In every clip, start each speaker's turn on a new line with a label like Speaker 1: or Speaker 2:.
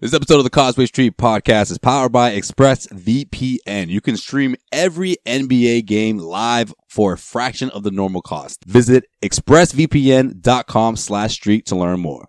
Speaker 1: This episode of the Causeway Street Podcast is powered by ExpressVPN. You can stream every NBA game live for a fraction of the normal cost. Visit expressvpn.com slash street to learn more.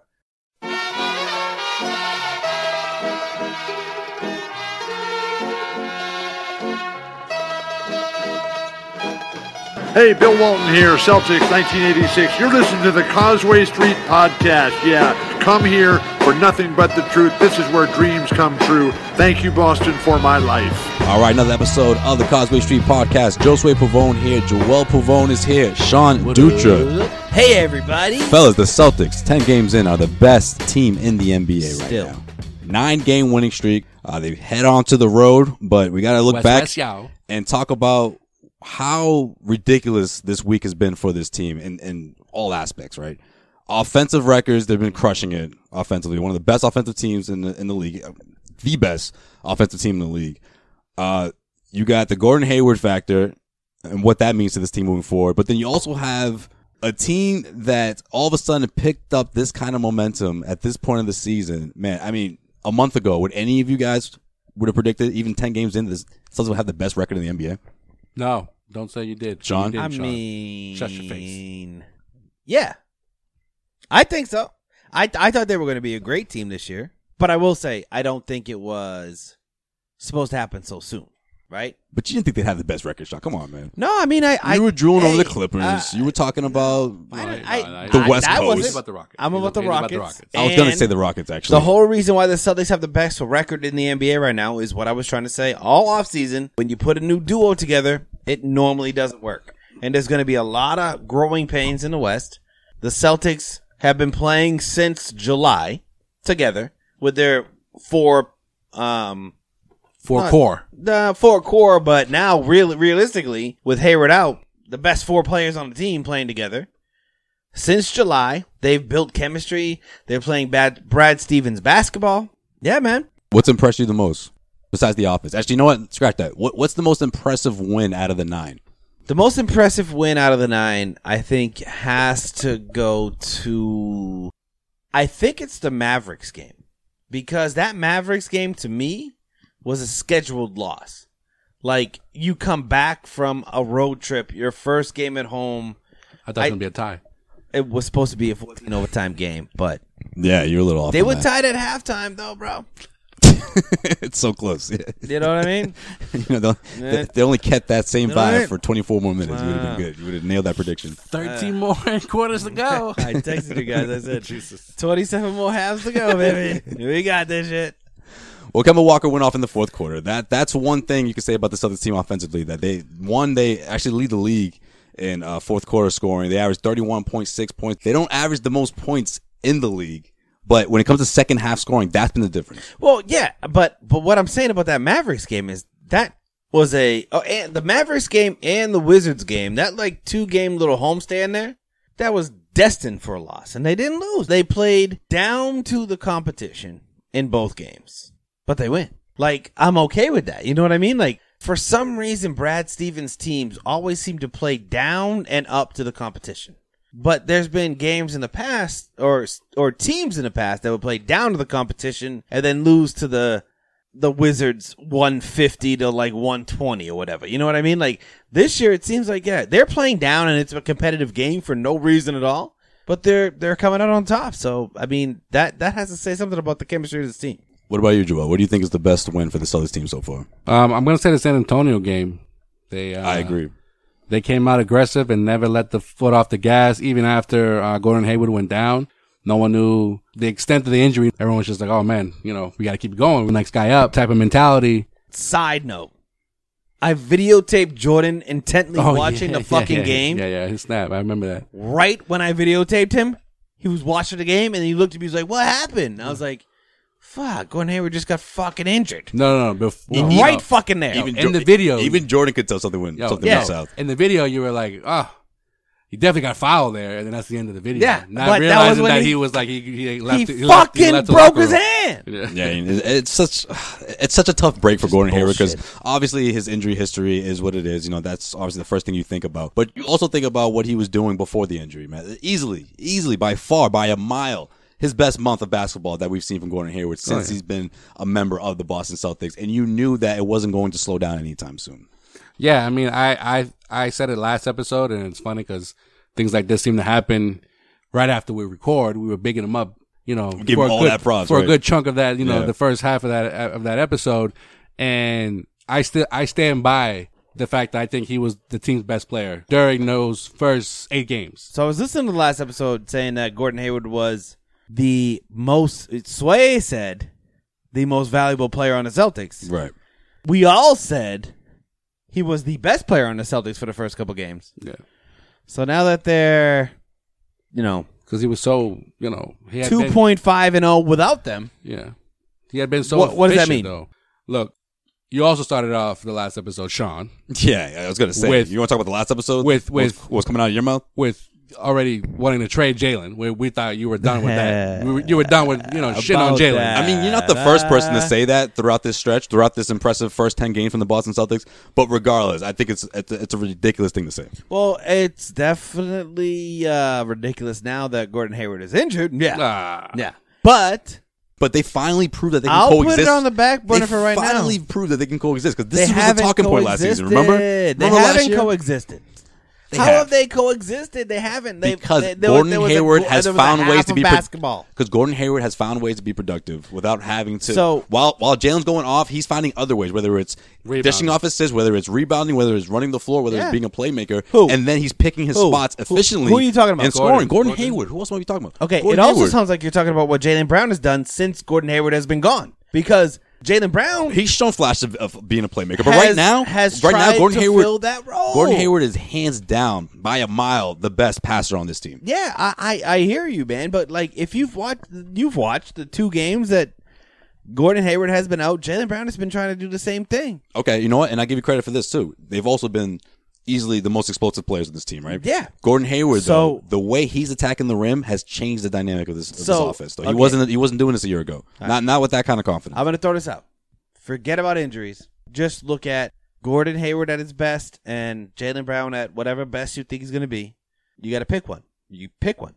Speaker 2: Hey, Bill Walton here, Celtics 1986. You're listening to the Causeway Street Podcast. Yeah, come here for nothing but the truth. This is where dreams come true. Thank you, Boston, for my life.
Speaker 1: All right, another episode of the Causeway Street Podcast. Josue Pavone here. Joel Pavone is here. Sean Dutra.
Speaker 3: Hey everybody!
Speaker 1: Fellas, the Celtics, 10 games in, are the best team in the NBA right
Speaker 3: Still.
Speaker 1: now. Nine game winning streak. Uh, they head on to the road, but we got to look
Speaker 3: West,
Speaker 1: back
Speaker 3: West, yow.
Speaker 1: and talk about how ridiculous this week has been for this team in, in all aspects, right? Offensive records, they've been crushing it offensively. One of the best offensive teams in the, in the league, the best offensive team in the league. Uh, you got the Gordon Hayward factor and what that means to this team moving forward. But then you also have a team that all of a sudden picked up this kind of momentum at this point of the season. Man, I mean, a month ago, would any of you guys would have predicted even ten games in this Celtics would have the best record in the NBA?
Speaker 4: No, don't say you did.
Speaker 1: John?
Speaker 4: You didn't,
Speaker 3: I
Speaker 4: Sean.
Speaker 3: mean,
Speaker 4: Shut your face.
Speaker 3: Yeah, I think so. I I thought they were going to be a great team this year, but I will say I don't think it was supposed to happen so soon, right?
Speaker 1: But you didn't think they'd have the best record, Sean. Come on, man.
Speaker 3: No, I mean I I,
Speaker 1: you were drooling over
Speaker 3: hey,
Speaker 1: the Clippers.
Speaker 3: uh,
Speaker 1: you were talking about.
Speaker 3: I
Speaker 1: I,
Speaker 3: don't-
Speaker 4: No,
Speaker 3: I-
Speaker 4: no, no,
Speaker 1: The
Speaker 3: I-
Speaker 1: West
Speaker 3: that
Speaker 1: Coast.
Speaker 3: wasn't-
Speaker 1: About
Speaker 4: the Rockets.
Speaker 3: I'm
Speaker 4: He's
Speaker 3: about the
Speaker 4: okay about
Speaker 3: Rockets.
Speaker 4: the Rockets.
Speaker 1: was going to
Speaker 3: and
Speaker 1: say the Rockets actually.
Speaker 3: The whole reason why the Celtics have the best record in the NBA right now is what I was trying to say all offseason. When you put a new duo together, it normally doesn't work. And there's going to be a lot of growing pains in the West. The Celtics have been playing since July together with their four, um,
Speaker 4: Four
Speaker 3: Uh,
Speaker 4: core.
Speaker 3: the four core, but now really realistically, with Hayward out, the best four players on the team playing together. Since July, they've built chemistry. They're playing bad Brad Stevens basketball. Yeah, man.
Speaker 1: What's impressed you the most besides the offense? Actually, you know what? Scratch that. What, what's the most impressive win out of the nine?
Speaker 3: The most impressive win out of the nine, I think, has to go to I think it's the Mavericks game. Because that Mavericks game to me was a scheduled loss. Like you come back from a road trip, your first game at home,
Speaker 4: I
Speaker 3: I-
Speaker 4: thought it was going to be a tie.
Speaker 3: It was supposed to be a 14 overtime game, but
Speaker 1: Yeah, you're a little off.
Speaker 3: they
Speaker 1: on
Speaker 3: were
Speaker 1: that.
Speaker 3: tied at halftime, though, bro.
Speaker 1: it's so close. Yeah.
Speaker 3: You know what I mean?
Speaker 1: you know, they'll- they, they only kept that same
Speaker 3: You know
Speaker 1: vibe
Speaker 3: what?
Speaker 1: for 24 more minutes. You would have been good. You would have nailed that prediction.
Speaker 4: 13 more quarters to go.
Speaker 3: I texted you guys. I said, 27 more halves to go, baby. we got this shit.
Speaker 1: Well, Kemba Walker went off in the fourth quarter. That that's one thing you can say about the Celtics team offensively. That they one they actually lead the league in uh, fourth quarter scoring. They average thirty one point six points. They don't average the most points in the league, but when it comes to second half scoring, that's been the difference.
Speaker 3: Well, yeah, but but what I'm saying about that Mavericks game is that was a oh, and the Mavericks game and the Wizards game that like two game little homestand there that was destined for a loss, and they didn't lose. They played down to the competition in both games, but they win. Like, I'm okay with that. You know what I mean? Like, for some reason, Brad Stevens' teams always seem to play down and up to the competition. But there's been games in the past, or or teams in the past that would play down to the competition and then lose to the the Wizards 150 to like 120 or whatever. You know what I mean? Like this year, it seems like yeah, they're playing down and it's a competitive game for no reason at all. But they're they're coming out on top. So I mean that that has to say something about the chemistry of this team.
Speaker 1: What about you, Joel? What do you think is the best win for the Celtics team so far?
Speaker 4: Um, I'm gonna say the San Antonio game. They uh,
Speaker 1: I agree.
Speaker 4: They came out aggressive and never let the foot off the gas, even after uh, Gordon Hayward went down. No one knew the extent of the injury. Everyone was just like, "Oh man, you know, we got to keep going. Next guy up." Type of mentality.
Speaker 3: Side note, I videotaped Jordan intently
Speaker 4: Oh,
Speaker 3: watching
Speaker 4: yeah,
Speaker 3: the
Speaker 4: yeah,
Speaker 3: fucking
Speaker 4: yeah,
Speaker 3: game.
Speaker 4: Yeah, yeah, his snap. I remember that.
Speaker 3: Right when I videotaped him, he was watching the game and he looked at me. He was like, "What happened?" And I was like, "Fuck, Gordon Hayward just got fucking injured."
Speaker 4: No, no, no. Before,
Speaker 3: And right fucking there.
Speaker 4: in the video-
Speaker 1: even Jordan could tell something went
Speaker 4: Yo,
Speaker 1: something
Speaker 3: yeah.
Speaker 1: went south.
Speaker 4: In the video, you were like, "Ah." Oh, he definitely got fouled there, and then that's the end of the video.
Speaker 3: Yeah,
Speaker 4: not
Speaker 3: but that was
Speaker 4: realizing
Speaker 3: when
Speaker 4: that
Speaker 3: he-
Speaker 4: he, was like he, he left.
Speaker 3: he,
Speaker 4: left-
Speaker 3: fucking
Speaker 4: left the
Speaker 3: broke
Speaker 4: locker
Speaker 3: his
Speaker 4: room.
Speaker 3: hand.
Speaker 4: Yeah.
Speaker 1: Yeah, and it- it's such it's such a tough break for Gordon Hayward because obviously his injury history is what it is. You know, that's obviously the first thing you think about. But you also think about what he was doing before the injury, man. Easily, easily, by far, by a mile, his best month of basketball that we've seen from Gordon
Speaker 4: Oh,
Speaker 1: Hayward since he's been a member of the Boston Celtics. And you knew that it wasn't going to slow down anytime soon.
Speaker 4: Yeah, I mean, I I I said it last episode, and it's funny because things like this seem to happen right after we record. We were bigging them up, you know,
Speaker 1: Give him all
Speaker 4: good
Speaker 1: that props,
Speaker 4: for
Speaker 1: right.
Speaker 4: a good chunk of that, you know,
Speaker 1: Yeah.
Speaker 4: the first half of that of that episode, and I still I stand by the fact that I think he was the team's best player during those first eight games.
Speaker 3: So I was listening to the last episode saying that Gordon Hayward was the most Sway said the most valuable player on the Celtics.
Speaker 1: Right.
Speaker 3: We all said he was the best player on the Celtics for the first couple games.
Speaker 4: Yeah,
Speaker 3: So now that they're you know
Speaker 4: because he was so you know he had
Speaker 3: two
Speaker 4: been-
Speaker 3: point five and zero without them.
Speaker 4: Yeah, he had been so.
Speaker 3: What- what does that
Speaker 4: efficient,
Speaker 3: mean?
Speaker 4: Though, look, you also started off the last episode, Sean.
Speaker 1: Yeah, I was gonna say.
Speaker 4: With-
Speaker 1: you want to talk about the last episode
Speaker 4: with-
Speaker 1: What's-
Speaker 4: with-
Speaker 1: what's, coming out of your mouth?
Speaker 4: with already wanting to trade Jalen. We, we thought you were done with that. We were, you were done with you know shit on
Speaker 3: About
Speaker 4: Jalen.
Speaker 3: that.
Speaker 1: I mean, you're not the first person to say that throughout this stretch, throughout this impressive first ten games from the Boston Celtics. But regardless, I think it's it's a- it's a ridiculous thing to say.
Speaker 3: Well, it's definitely uh, ridiculous now that Gordon Hayward is injured. Yeah.
Speaker 4: Ah.
Speaker 3: Yeah. But
Speaker 1: Uh, But they finally proved that they can
Speaker 3: I'll put it
Speaker 1: coexist.
Speaker 3: on the back burner
Speaker 1: They
Speaker 3: for right now.
Speaker 1: Finally proved that they can coexist because
Speaker 3: they
Speaker 1: this was a
Speaker 3: haven't
Speaker 1: talking point last season. Remember?
Speaker 3: coexisted. They
Speaker 1: Remember last
Speaker 3: haven't
Speaker 1: year?
Speaker 3: coexisted.
Speaker 1: They
Speaker 3: How
Speaker 1: have.
Speaker 3: have. they coexisted? They haven't. They,
Speaker 1: because
Speaker 3: they- there was-
Speaker 1: Gordon
Speaker 3: there was a
Speaker 1: Hayward
Speaker 3: gl-
Speaker 1: has
Speaker 3: there was a
Speaker 1: found ways
Speaker 3: half
Speaker 1: to
Speaker 3: of
Speaker 1: be
Speaker 3: basketball.
Speaker 1: Because Gordon Hayward has found ways to be productive without having to.
Speaker 3: So-
Speaker 1: while while Jalen's going off, he's finding other ways. Whether it's dishing
Speaker 4: Rebounding.
Speaker 1: off assists, whether it's rebounding, whether it's running the floor, whether
Speaker 3: Yeah.
Speaker 1: it's being a playmaker,
Speaker 3: Who?
Speaker 1: and then he's picking his
Speaker 3: Who?
Speaker 1: spots
Speaker 3: Who-
Speaker 1: efficiently.
Speaker 3: who are you talking about?
Speaker 1: And
Speaker 4: Gordon.
Speaker 1: scoring Gordon,
Speaker 4: Gordon.
Speaker 1: Hayward. Who else am we talking about?
Speaker 3: Okay,
Speaker 1: Gordon
Speaker 3: it also
Speaker 1: Hayward.
Speaker 3: sounds like you're talking about what Jalen Brown has done since Gordon Hayward has been gone. Because Jalen Brown
Speaker 1: He's shown flashes of, of being a playmaker, but
Speaker 3: Has-
Speaker 1: right now,
Speaker 3: has
Speaker 1: right now
Speaker 3: tried
Speaker 1: Gordon
Speaker 3: to
Speaker 1: Hayward
Speaker 3: fill that role.
Speaker 1: Gordon Hayward is hands down by a mile the best passer on this team.
Speaker 3: Yeah, I, I I hear you, man. But like, if you've watched you've watched the two games that Gordon Hayward has been out, Jalen Brown has been trying to do the same thing.
Speaker 1: Okay, you know what? And I give you credit for this too. They've also been easily the most explosive players on this team, right?
Speaker 3: Yeah.
Speaker 1: Gordon Hayward,
Speaker 3: So-
Speaker 1: though, the way he's attacking the rim has changed the dynamic of this, of
Speaker 3: So,
Speaker 1: this offense. Though he
Speaker 3: okay.
Speaker 1: wasn't he wasn't doing this a year ago. Not not with that kind of confidence.
Speaker 3: I'm gonna throw this out. Forget about injuries. Just look at Gordon Hayward at his best and Jalen Brown at whatever best you think he's gonna be. You got to pick one. You pick one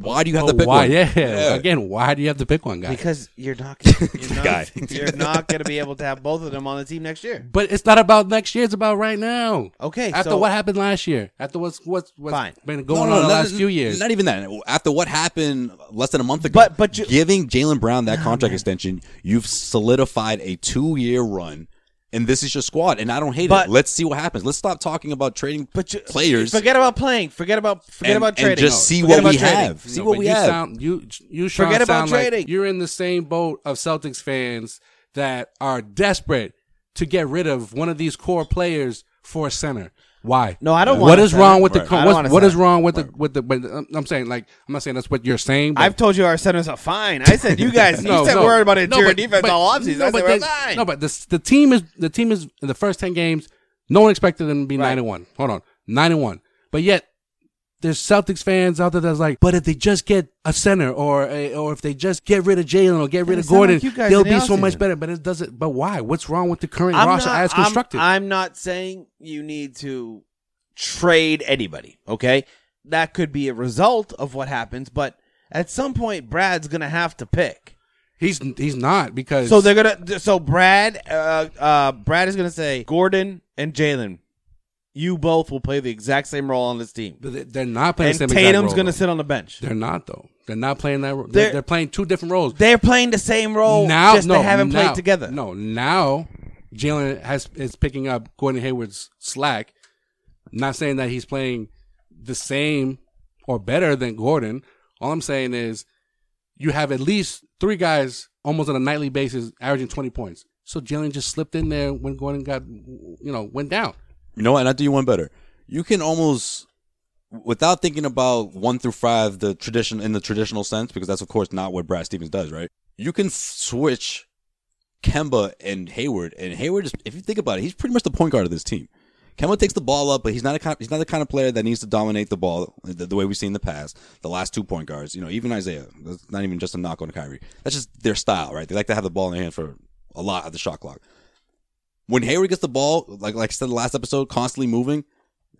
Speaker 1: why do you have
Speaker 4: Oh,
Speaker 1: to pick
Speaker 4: why?
Speaker 1: one?
Speaker 4: Yeah. Again, why do you have to pick one guy?
Speaker 3: because you're not gonna, you're not,
Speaker 1: Guy.
Speaker 3: you're not gonna be able to have both of them on the team next year.
Speaker 4: but it's not about next year. It's about right now.
Speaker 3: Okay,
Speaker 4: After
Speaker 3: so-
Speaker 4: what happened last year. After what's what's what's
Speaker 3: Fine.
Speaker 4: been
Speaker 1: No,
Speaker 4: going
Speaker 1: no,
Speaker 4: on the
Speaker 1: not-
Speaker 4: last few years.
Speaker 1: Not even that. After what happened less than a month ago,
Speaker 3: But- but you- Oh,
Speaker 1: giving Jalen Brown that contract extension, you've solidified a two-year run, and this is your squad. And I don't hate
Speaker 3: But-
Speaker 1: it. Let's see what happens. Let's stop talking about trading
Speaker 3: But you,
Speaker 1: players.
Speaker 3: Forget about playing. Forget about forget
Speaker 1: And-
Speaker 3: about
Speaker 1: and
Speaker 3: trading.
Speaker 1: just see
Speaker 3: Forget
Speaker 1: what we
Speaker 3: about trading.
Speaker 1: have. See what
Speaker 4: but
Speaker 1: we
Speaker 4: you
Speaker 1: have.
Speaker 4: Sound, you you Sean,
Speaker 3: Forget about
Speaker 4: sound like
Speaker 3: trading.
Speaker 4: you're in the same boat of Celtics fans that are desperate to get rid of one of these core players for a center. Why?
Speaker 3: No, I don't want
Speaker 4: What
Speaker 3: a
Speaker 4: is
Speaker 3: center.
Speaker 4: wrong with
Speaker 3: Right.
Speaker 4: the?
Speaker 3: I
Speaker 4: Con-
Speaker 3: don't want
Speaker 4: what's,
Speaker 3: a
Speaker 4: what is
Speaker 3: center.
Speaker 4: wrong with the with the? But I'm- I'm saying like I'm not saying that's what you're saying. But
Speaker 3: I've told you our centers are fine. I said you guys.
Speaker 4: no,
Speaker 3: you said
Speaker 4: no.
Speaker 3: worried about
Speaker 4: No,
Speaker 3: interior
Speaker 4: but-
Speaker 3: defense
Speaker 4: but-
Speaker 3: all offseason. I
Speaker 4: No,
Speaker 3: said
Speaker 4: but
Speaker 3: we're
Speaker 4: they-
Speaker 3: fine.
Speaker 4: no, but this, the team is the team is in the first ten games. No one expected them to be nine and one. Hold on, nine and one. But yet There's Celtics fans out there that's like, but if they just get a center or a, or if they just get rid of Jalen or get rid
Speaker 3: It
Speaker 4: of
Speaker 3: sound
Speaker 4: Gordon,
Speaker 3: like you guys
Speaker 4: they'll
Speaker 3: in the
Speaker 4: be so much
Speaker 3: offseason.
Speaker 4: better. But it doesn't. But why? What's wrong with the current roster as
Speaker 3: I'm-
Speaker 4: constructed?
Speaker 3: I'm, not saying you need to trade anybody. Okay, that could be a result of what happens, but at some point, Brad's gonna have to pick.
Speaker 4: he's he's not because
Speaker 3: So they're gonna. So Brad, uh, uh, Brad is gonna say Gordon and Jalen, you both will play the exact same role on this team,
Speaker 4: they're, they're not playing.
Speaker 3: and
Speaker 4: the same exact
Speaker 3: Tatum's
Speaker 4: role,
Speaker 3: gonna
Speaker 4: though.
Speaker 3: sit on the bench.
Speaker 4: They're not though. They're not playing that. role.
Speaker 3: They're-
Speaker 4: They're, they're playing two different roles.
Speaker 3: They're playing the same role.
Speaker 4: now
Speaker 3: just
Speaker 4: no,
Speaker 3: they haven't
Speaker 4: now-
Speaker 3: played together.
Speaker 4: No, now Jalen has is picking up Gordon Hayward's slack. Not saying that he's playing the same or better than Gordon. All I'm saying is you have at least three guys almost on a nightly basis averaging 20 points. So Jalen just slipped in there when Gordon got you know went down.
Speaker 1: You know what? And I'll do you one better. You can almost, without thinking about one through five, the tradition in the traditional sense, because that's of course not what Brad Stevens does, right? You can f- switch Kemba and Hayward, and Hayward is, if you think about it, he's pretty much the point guard of this team. Kemba takes the ball up, but he's not a kind he's not the kind of player that needs to dominate the ball the, the way we've seen in the past. The last two point guards, you know, even Isaiah, that's not even just a knock on Kyrie. That's just their style, right? They like to have the ball in their hand for a lot of the shot clock when Hayward gets the ball, like like I said in the last episode, constantly moving,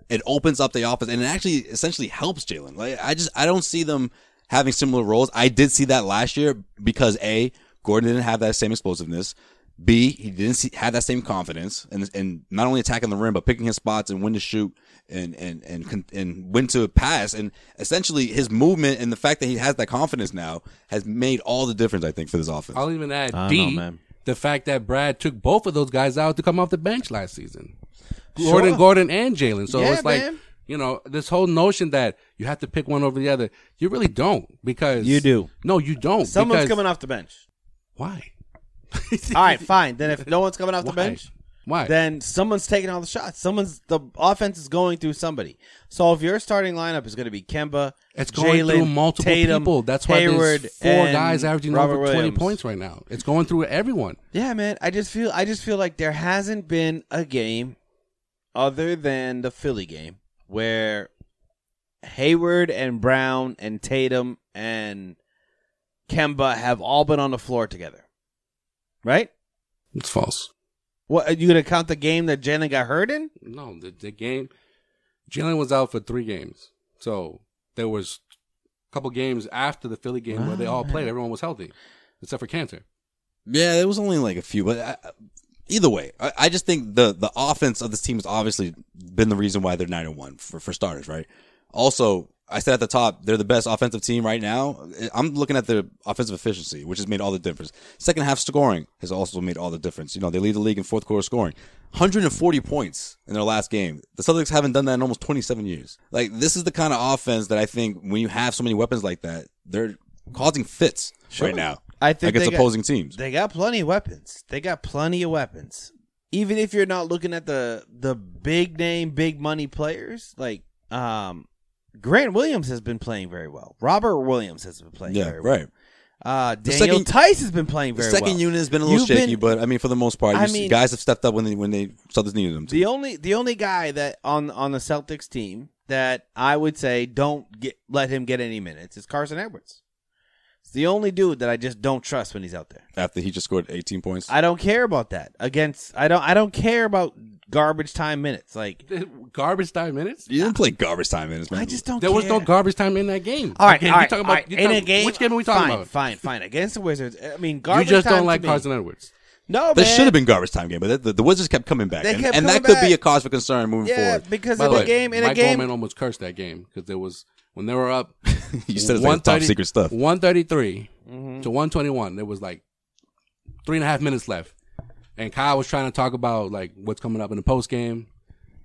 Speaker 1: it opens up the offense and it actually essentially helps Jalen. Like I just I don't see them having similar roles. I did see that last year because a Gordon didn't have that same explosiveness. B he didn't see, have that same confidence and and not only attacking the rim but picking his spots and when to shoot and and and con- and when to pass and essentially his movement and the fact that he has that confidence now has made all the difference I think for this offense.
Speaker 4: I'll even add
Speaker 3: I don't
Speaker 4: D
Speaker 3: know, man.
Speaker 4: the fact that Brad took both of those guys out to come off the bench last season. Gordon,
Speaker 3: Sure.
Speaker 4: Gordon, and Jalen. So
Speaker 3: Yeah,
Speaker 4: it's like
Speaker 3: man.
Speaker 4: you know this whole notion that you have to pick one over the other. You really don't because
Speaker 3: You do.
Speaker 4: No, you don't.
Speaker 3: Someone's
Speaker 4: because-
Speaker 3: coming off the bench.
Speaker 4: Why?
Speaker 3: All right, fine. Then if no one's coming off the
Speaker 4: Why?
Speaker 3: bench,
Speaker 4: Why?
Speaker 3: then someone's taking all the shots. Someone's the offense is going through somebody. So if your starting lineup is going to be Kemba,
Speaker 4: it's going
Speaker 3: Jalen,
Speaker 4: through multiple
Speaker 3: Tatum,
Speaker 4: people. That's why
Speaker 3: Hayward,
Speaker 4: there's four
Speaker 3: and
Speaker 4: guys averaging
Speaker 3: Robert
Speaker 4: over twenty
Speaker 3: Williams.
Speaker 4: points right now. It's going through everyone.
Speaker 3: Yeah, man. I just feel I just feel like there hasn't been a game other than the Philly game where Hayward and Brown and Tatum and Kemba have all been on the floor together. Right?
Speaker 4: It's false.
Speaker 3: What are you gonna count the game that Jalen got hurt in?
Speaker 4: No, the, the game. Jalen was out for three games, so there was a couple games after the Philly game where they all played. Everyone was healthy, except for Cantor.
Speaker 1: Yeah, there was only like a few, but I, I- either way, I, I just think the the offense of this team has obviously been the reason why they're nine and one for for starters, right? Also, I said at the top they're the best offensive team right now. I'm looking at their offensive efficiency, which has made all the difference. Second half scoring has also made all the difference. You know, they lead the league in fourth quarter scoring. 140 points in their last game. The Celtics haven't done that in almost 27 years. Like this is the kind of offense that I think when you have so many weapons like that, they're causing fits right now
Speaker 3: I think
Speaker 1: against
Speaker 3: they got-
Speaker 1: opposing teams.
Speaker 3: They got plenty of weapons. They got plenty of weapons. Even if you're not looking at the the big name, big money players, like um, Grant Williams has been playing very well. Robert Williams has been playing
Speaker 1: Yeah,
Speaker 3: very well.
Speaker 1: right.
Speaker 3: Uh,
Speaker 1: The
Speaker 3: Daniel
Speaker 1: second-
Speaker 3: Tice has been playing
Speaker 1: The
Speaker 3: very
Speaker 1: second
Speaker 3: well.
Speaker 1: unit has been a little
Speaker 3: You've
Speaker 1: shaky,
Speaker 3: been-
Speaker 1: but I mean, for the most part,
Speaker 3: I
Speaker 1: you see-
Speaker 3: mean-
Speaker 1: guys have stepped up when they when they Celtics needed them to.
Speaker 3: the only the only guy that on on the Celtics team that I would say don't get let him get any minutes is Carson Edwards. It's the only dude that I just don't trust when he's out there.
Speaker 1: After he just scored 18 points,
Speaker 3: I don't care about that against. I don't. I don't care about garbage time minutes. Like
Speaker 4: Garbage time minutes.
Speaker 1: you didn't play garbage time minutes, man.
Speaker 3: I just don't.
Speaker 4: There was no
Speaker 3: care.
Speaker 4: garbage time in that game.
Speaker 3: All right,
Speaker 4: Okay,
Speaker 3: all
Speaker 4: you
Speaker 3: right,
Speaker 4: talking
Speaker 3: all
Speaker 4: about
Speaker 3: right.
Speaker 4: you
Speaker 3: in a
Speaker 4: talking-
Speaker 3: game.
Speaker 4: Which game are we talking
Speaker 3: fine,
Speaker 4: about?
Speaker 3: Fine, fine. Against the Wizards, I mean,
Speaker 4: You
Speaker 3: garbage
Speaker 4: just
Speaker 3: time
Speaker 4: don't
Speaker 3: to
Speaker 4: like
Speaker 3: me.
Speaker 4: Carson Edwards.
Speaker 3: No,
Speaker 1: There
Speaker 3: man.
Speaker 1: should have been garbage time game, but the, the, the Wizards kept coming back,
Speaker 3: They
Speaker 1: and,
Speaker 3: kept
Speaker 1: and that
Speaker 3: coming
Speaker 1: could be
Speaker 3: back.
Speaker 1: a cause for concern moving
Speaker 3: Yeah,
Speaker 1: forward.
Speaker 3: because
Speaker 4: By
Speaker 3: in
Speaker 4: the
Speaker 3: a
Speaker 4: way,
Speaker 3: game, in a
Speaker 4: Mike
Speaker 3: game,
Speaker 4: Goldman almost cursed that game because there was when they were up.
Speaker 1: you said it's like top secret stuff.
Speaker 4: One to one twenty one. There was like three and a half minutes left, and Kyle was trying to talk about like what's coming up in the post game.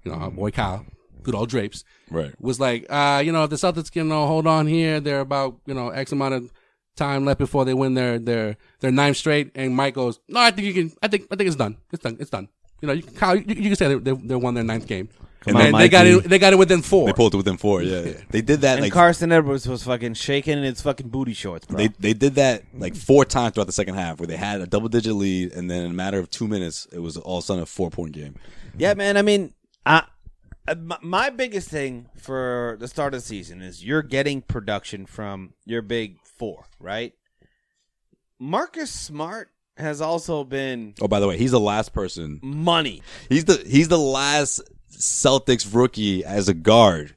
Speaker 4: You know, our boy Kyle, good old drapes.
Speaker 1: Right.
Speaker 4: was like, uh, you know, if the Celtics can you know, hold on here, they're about you know X amount of time left before they win their their their ninth straight. And Mike goes, no, I think you can. I think I think it's done. It's done. It's done. You know, you, Kyle, you, you can say they, they, they won their ninth game.
Speaker 1: Come
Speaker 4: and
Speaker 1: on,
Speaker 4: they got
Speaker 1: Mikey.
Speaker 4: it. They got it within four.
Speaker 1: They pulled it within four. Yeah, they did that
Speaker 3: and
Speaker 1: like
Speaker 3: Carson Edwards was fucking shaking in his fucking booty shorts, bro.
Speaker 1: they they did that like four times throughout the second half, where they had a double digit lead, and then in a matter of two minutes, it was all of a sudden a four point game.
Speaker 3: yeah, man. I mean, I Uh, my, my biggest thing for the start of the season is you're getting production from your big four, right? Marcus Smart has also been
Speaker 1: Oh, by the way, he's the last person
Speaker 3: money.
Speaker 1: He's the he's the last Celtics rookie as a guard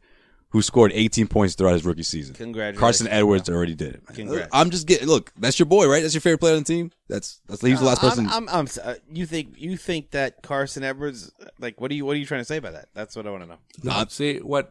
Speaker 1: who scored 18 points throughout his rookie season.
Speaker 3: Congratulations,
Speaker 1: Carson Edwards already did it. man.
Speaker 3: Congrats.
Speaker 1: I'm just getting look. That's your boy, right? That's your favorite player on the team. That's that's he's the last
Speaker 3: I'm-
Speaker 1: person.
Speaker 3: I'm, I'm, s- uh, you think you think that Carson Edwards? Like, what are you? What are you trying to say by that? That's what I want to know.
Speaker 4: No, see what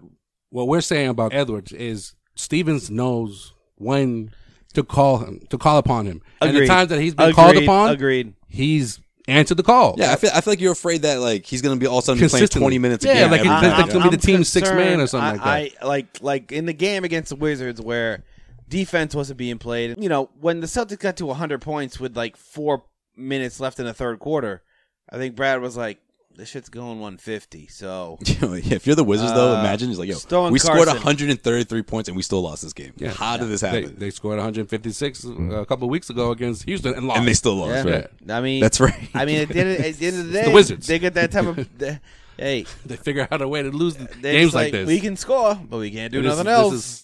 Speaker 4: what we're saying about Edwards is Stevens knows when to call him to call upon him, and the
Speaker 3: Agreed.
Speaker 4: times that he's been called
Speaker 3: Agreed.
Speaker 4: upon,
Speaker 3: Agreed.
Speaker 4: he's answered the call.
Speaker 1: yeah, I feel, I feel like you're afraid that like he's gonna be all of a sudden playing
Speaker 4: Consistently.
Speaker 1: 20 minutes.
Speaker 4: Yeah,
Speaker 1: a game
Speaker 4: like,
Speaker 1: every
Speaker 4: it's-
Speaker 1: night.
Speaker 4: it's gonna be the team's
Speaker 3: concerned-
Speaker 4: sixth man or something
Speaker 3: I,
Speaker 4: like that.
Speaker 3: I like like in the game against the Wizards where defense wasn't being played. You know, when the Celtics got to 100 points with like four minutes left in the third quarter, I think Brad was like, "This shit's going 150." So
Speaker 1: Yeah, if you're the Wizards, though,
Speaker 3: Uh,
Speaker 1: imagine it's like, yo,
Speaker 3: Stone
Speaker 1: we scored
Speaker 3: Carson.
Speaker 1: 133 points and we still lost this game.
Speaker 4: Yeah.
Speaker 1: How did this
Speaker 4: They,
Speaker 1: happen?
Speaker 4: they scored 156 a couple of weeks ago against Houston and lost.
Speaker 1: and they still lost,
Speaker 3: yeah,
Speaker 1: right?
Speaker 3: I mean,
Speaker 1: That's right.
Speaker 3: I mean, at the, end of, at the end of the day,
Speaker 4: the Wizards.
Speaker 3: They get that type of. they- hey,
Speaker 4: they figure out a way to lose
Speaker 3: they're
Speaker 4: games
Speaker 3: just
Speaker 4: like, this.
Speaker 3: we can score, but we can't do
Speaker 4: This is-
Speaker 3: nothing
Speaker 4: this
Speaker 3: else.
Speaker 4: is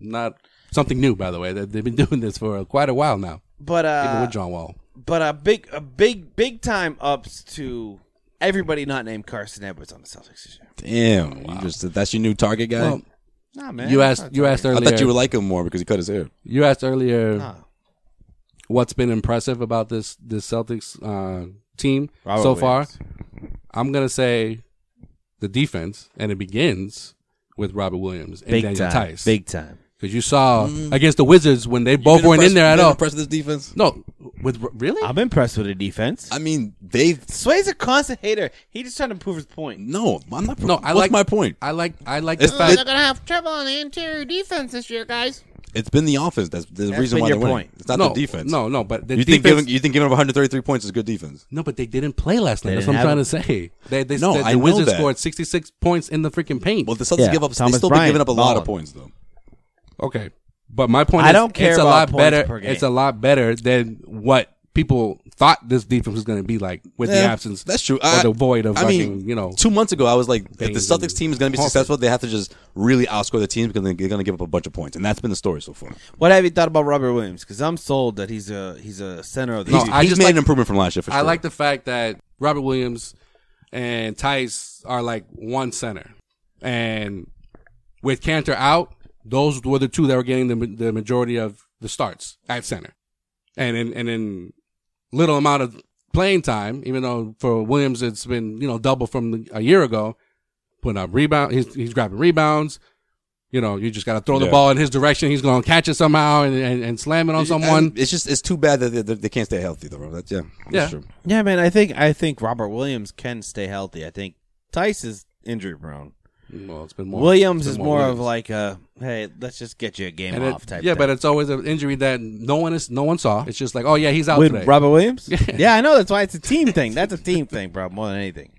Speaker 4: not something new, by the way. They- They've been doing this for quite a while now,
Speaker 3: but uh,
Speaker 4: even with John Wall.
Speaker 3: but a big, a big, big time ups to everybody not named Carson Edwards on the Celtics this year.
Speaker 1: Damn, you just that's your new target
Speaker 3: uh,
Speaker 1: guy.
Speaker 4: Well,
Speaker 3: Nah, man.
Speaker 4: you asked. You asked
Speaker 1: I
Speaker 4: earlier.
Speaker 1: thought you would like him more because he cut his hair.
Speaker 4: You asked earlier
Speaker 3: Nah.
Speaker 4: what's been impressive about this this Celtics uh, team
Speaker 3: Robert
Speaker 4: so
Speaker 3: Williams.
Speaker 4: far. I'm gonna say the defense, and it begins with Robert Williams and Daniel Tice
Speaker 3: time.
Speaker 4: because you saw
Speaker 1: Mm.
Speaker 4: against the Wizards when they both weren't Oh, in there at all.
Speaker 1: Impressed with this defense?
Speaker 4: No, with really.
Speaker 3: I'm impressed with the defense.
Speaker 1: I mean, they've
Speaker 3: Sway's a constant hater. He just trying to prove his point.
Speaker 1: No, I'm not.
Speaker 4: no, I
Speaker 1: what's
Speaker 4: like
Speaker 1: my point.
Speaker 4: I like. I like the
Speaker 1: It's-
Speaker 4: fact.
Speaker 1: it-
Speaker 5: They're gonna have trouble on the interior defense this year, guys.
Speaker 1: It's been the offense that's the reason
Speaker 3: been
Speaker 1: why
Speaker 3: your
Speaker 1: they're winning.
Speaker 3: point.
Speaker 1: It's not
Speaker 4: no,
Speaker 1: the defense.
Speaker 4: No, no, but the
Speaker 1: you
Speaker 4: defense,
Speaker 1: think giving you think giving up 133 points is good defense?
Speaker 4: No, but they didn't play last night. That's what
Speaker 3: didn't
Speaker 4: I'm trying to
Speaker 3: have
Speaker 4: say. They, they,
Speaker 1: No,
Speaker 4: the, the
Speaker 1: I know
Speaker 4: Wizards
Speaker 1: that.
Speaker 4: scored 66 points in the freaking paint.
Speaker 1: Well, the Celtics
Speaker 3: Yeah,
Speaker 1: give up.
Speaker 3: Thomas
Speaker 1: they still been
Speaker 3: Bryant,
Speaker 1: giving up a lot of
Speaker 3: balling.
Speaker 1: points though.
Speaker 4: okay, but my point
Speaker 3: I
Speaker 4: is,
Speaker 3: don't care
Speaker 4: it's a
Speaker 3: about
Speaker 4: lot
Speaker 3: points
Speaker 4: better.
Speaker 3: per game.
Speaker 4: It's a lot better than what people thought this defense was going to be like with the
Speaker 1: Yeah,
Speaker 4: absence.
Speaker 1: That's true.
Speaker 4: Or the void of
Speaker 1: I
Speaker 4: fucking,
Speaker 1: mean,
Speaker 4: you know.
Speaker 1: two months ago, I was like, if the
Speaker 4: Baines
Speaker 1: Celtics
Speaker 4: and
Speaker 1: team is going to be
Speaker 4: Hawkins.
Speaker 1: successful, they have to just really outscore the teams because they're going to give up a bunch of points, and that's been the story so far.
Speaker 3: What have you thought about Robert Williams? Because I'm sold that he's a he's a center of the.
Speaker 4: No,
Speaker 3: team.
Speaker 4: I
Speaker 1: He's
Speaker 4: just
Speaker 1: made
Speaker 4: like-
Speaker 1: an improvement from last year. For
Speaker 4: I
Speaker 1: sure.
Speaker 4: like the fact that Robert Williams and Tice are like one center, and with Cantor out, those were the two that were getting the the majority of the starts at center, and in and in little amount of playing time, even though for Williams it's been you know double from the, a year ago, putting up rebound, he's he's grabbing rebounds. You know, you just got to throw the
Speaker 1: Yeah.
Speaker 4: ball in his direction. He's going to catch it somehow and, and, and slam it on someone.
Speaker 1: And it's just it's too bad that they, they- they can't stay healthy though. That's yeah, that's
Speaker 4: Yeah.
Speaker 1: true.
Speaker 3: yeah, man. I think I think Robert Williams can stay healthy. I think Tice is injury prone.
Speaker 4: well, it's been more.
Speaker 3: Williams
Speaker 4: it's
Speaker 3: is
Speaker 4: been
Speaker 3: more, of
Speaker 4: Williams.
Speaker 3: like a hey, let's just get you a game
Speaker 4: And it-
Speaker 3: off type.
Speaker 4: yeah,
Speaker 3: thing.
Speaker 4: but it's always an injury that no one is no one saw. It's just like, oh yeah, he's out
Speaker 3: with
Speaker 4: today.
Speaker 3: Robert Williams. Yeah. I know that's why it's a team thing. That's a team thing, bro. More than anything.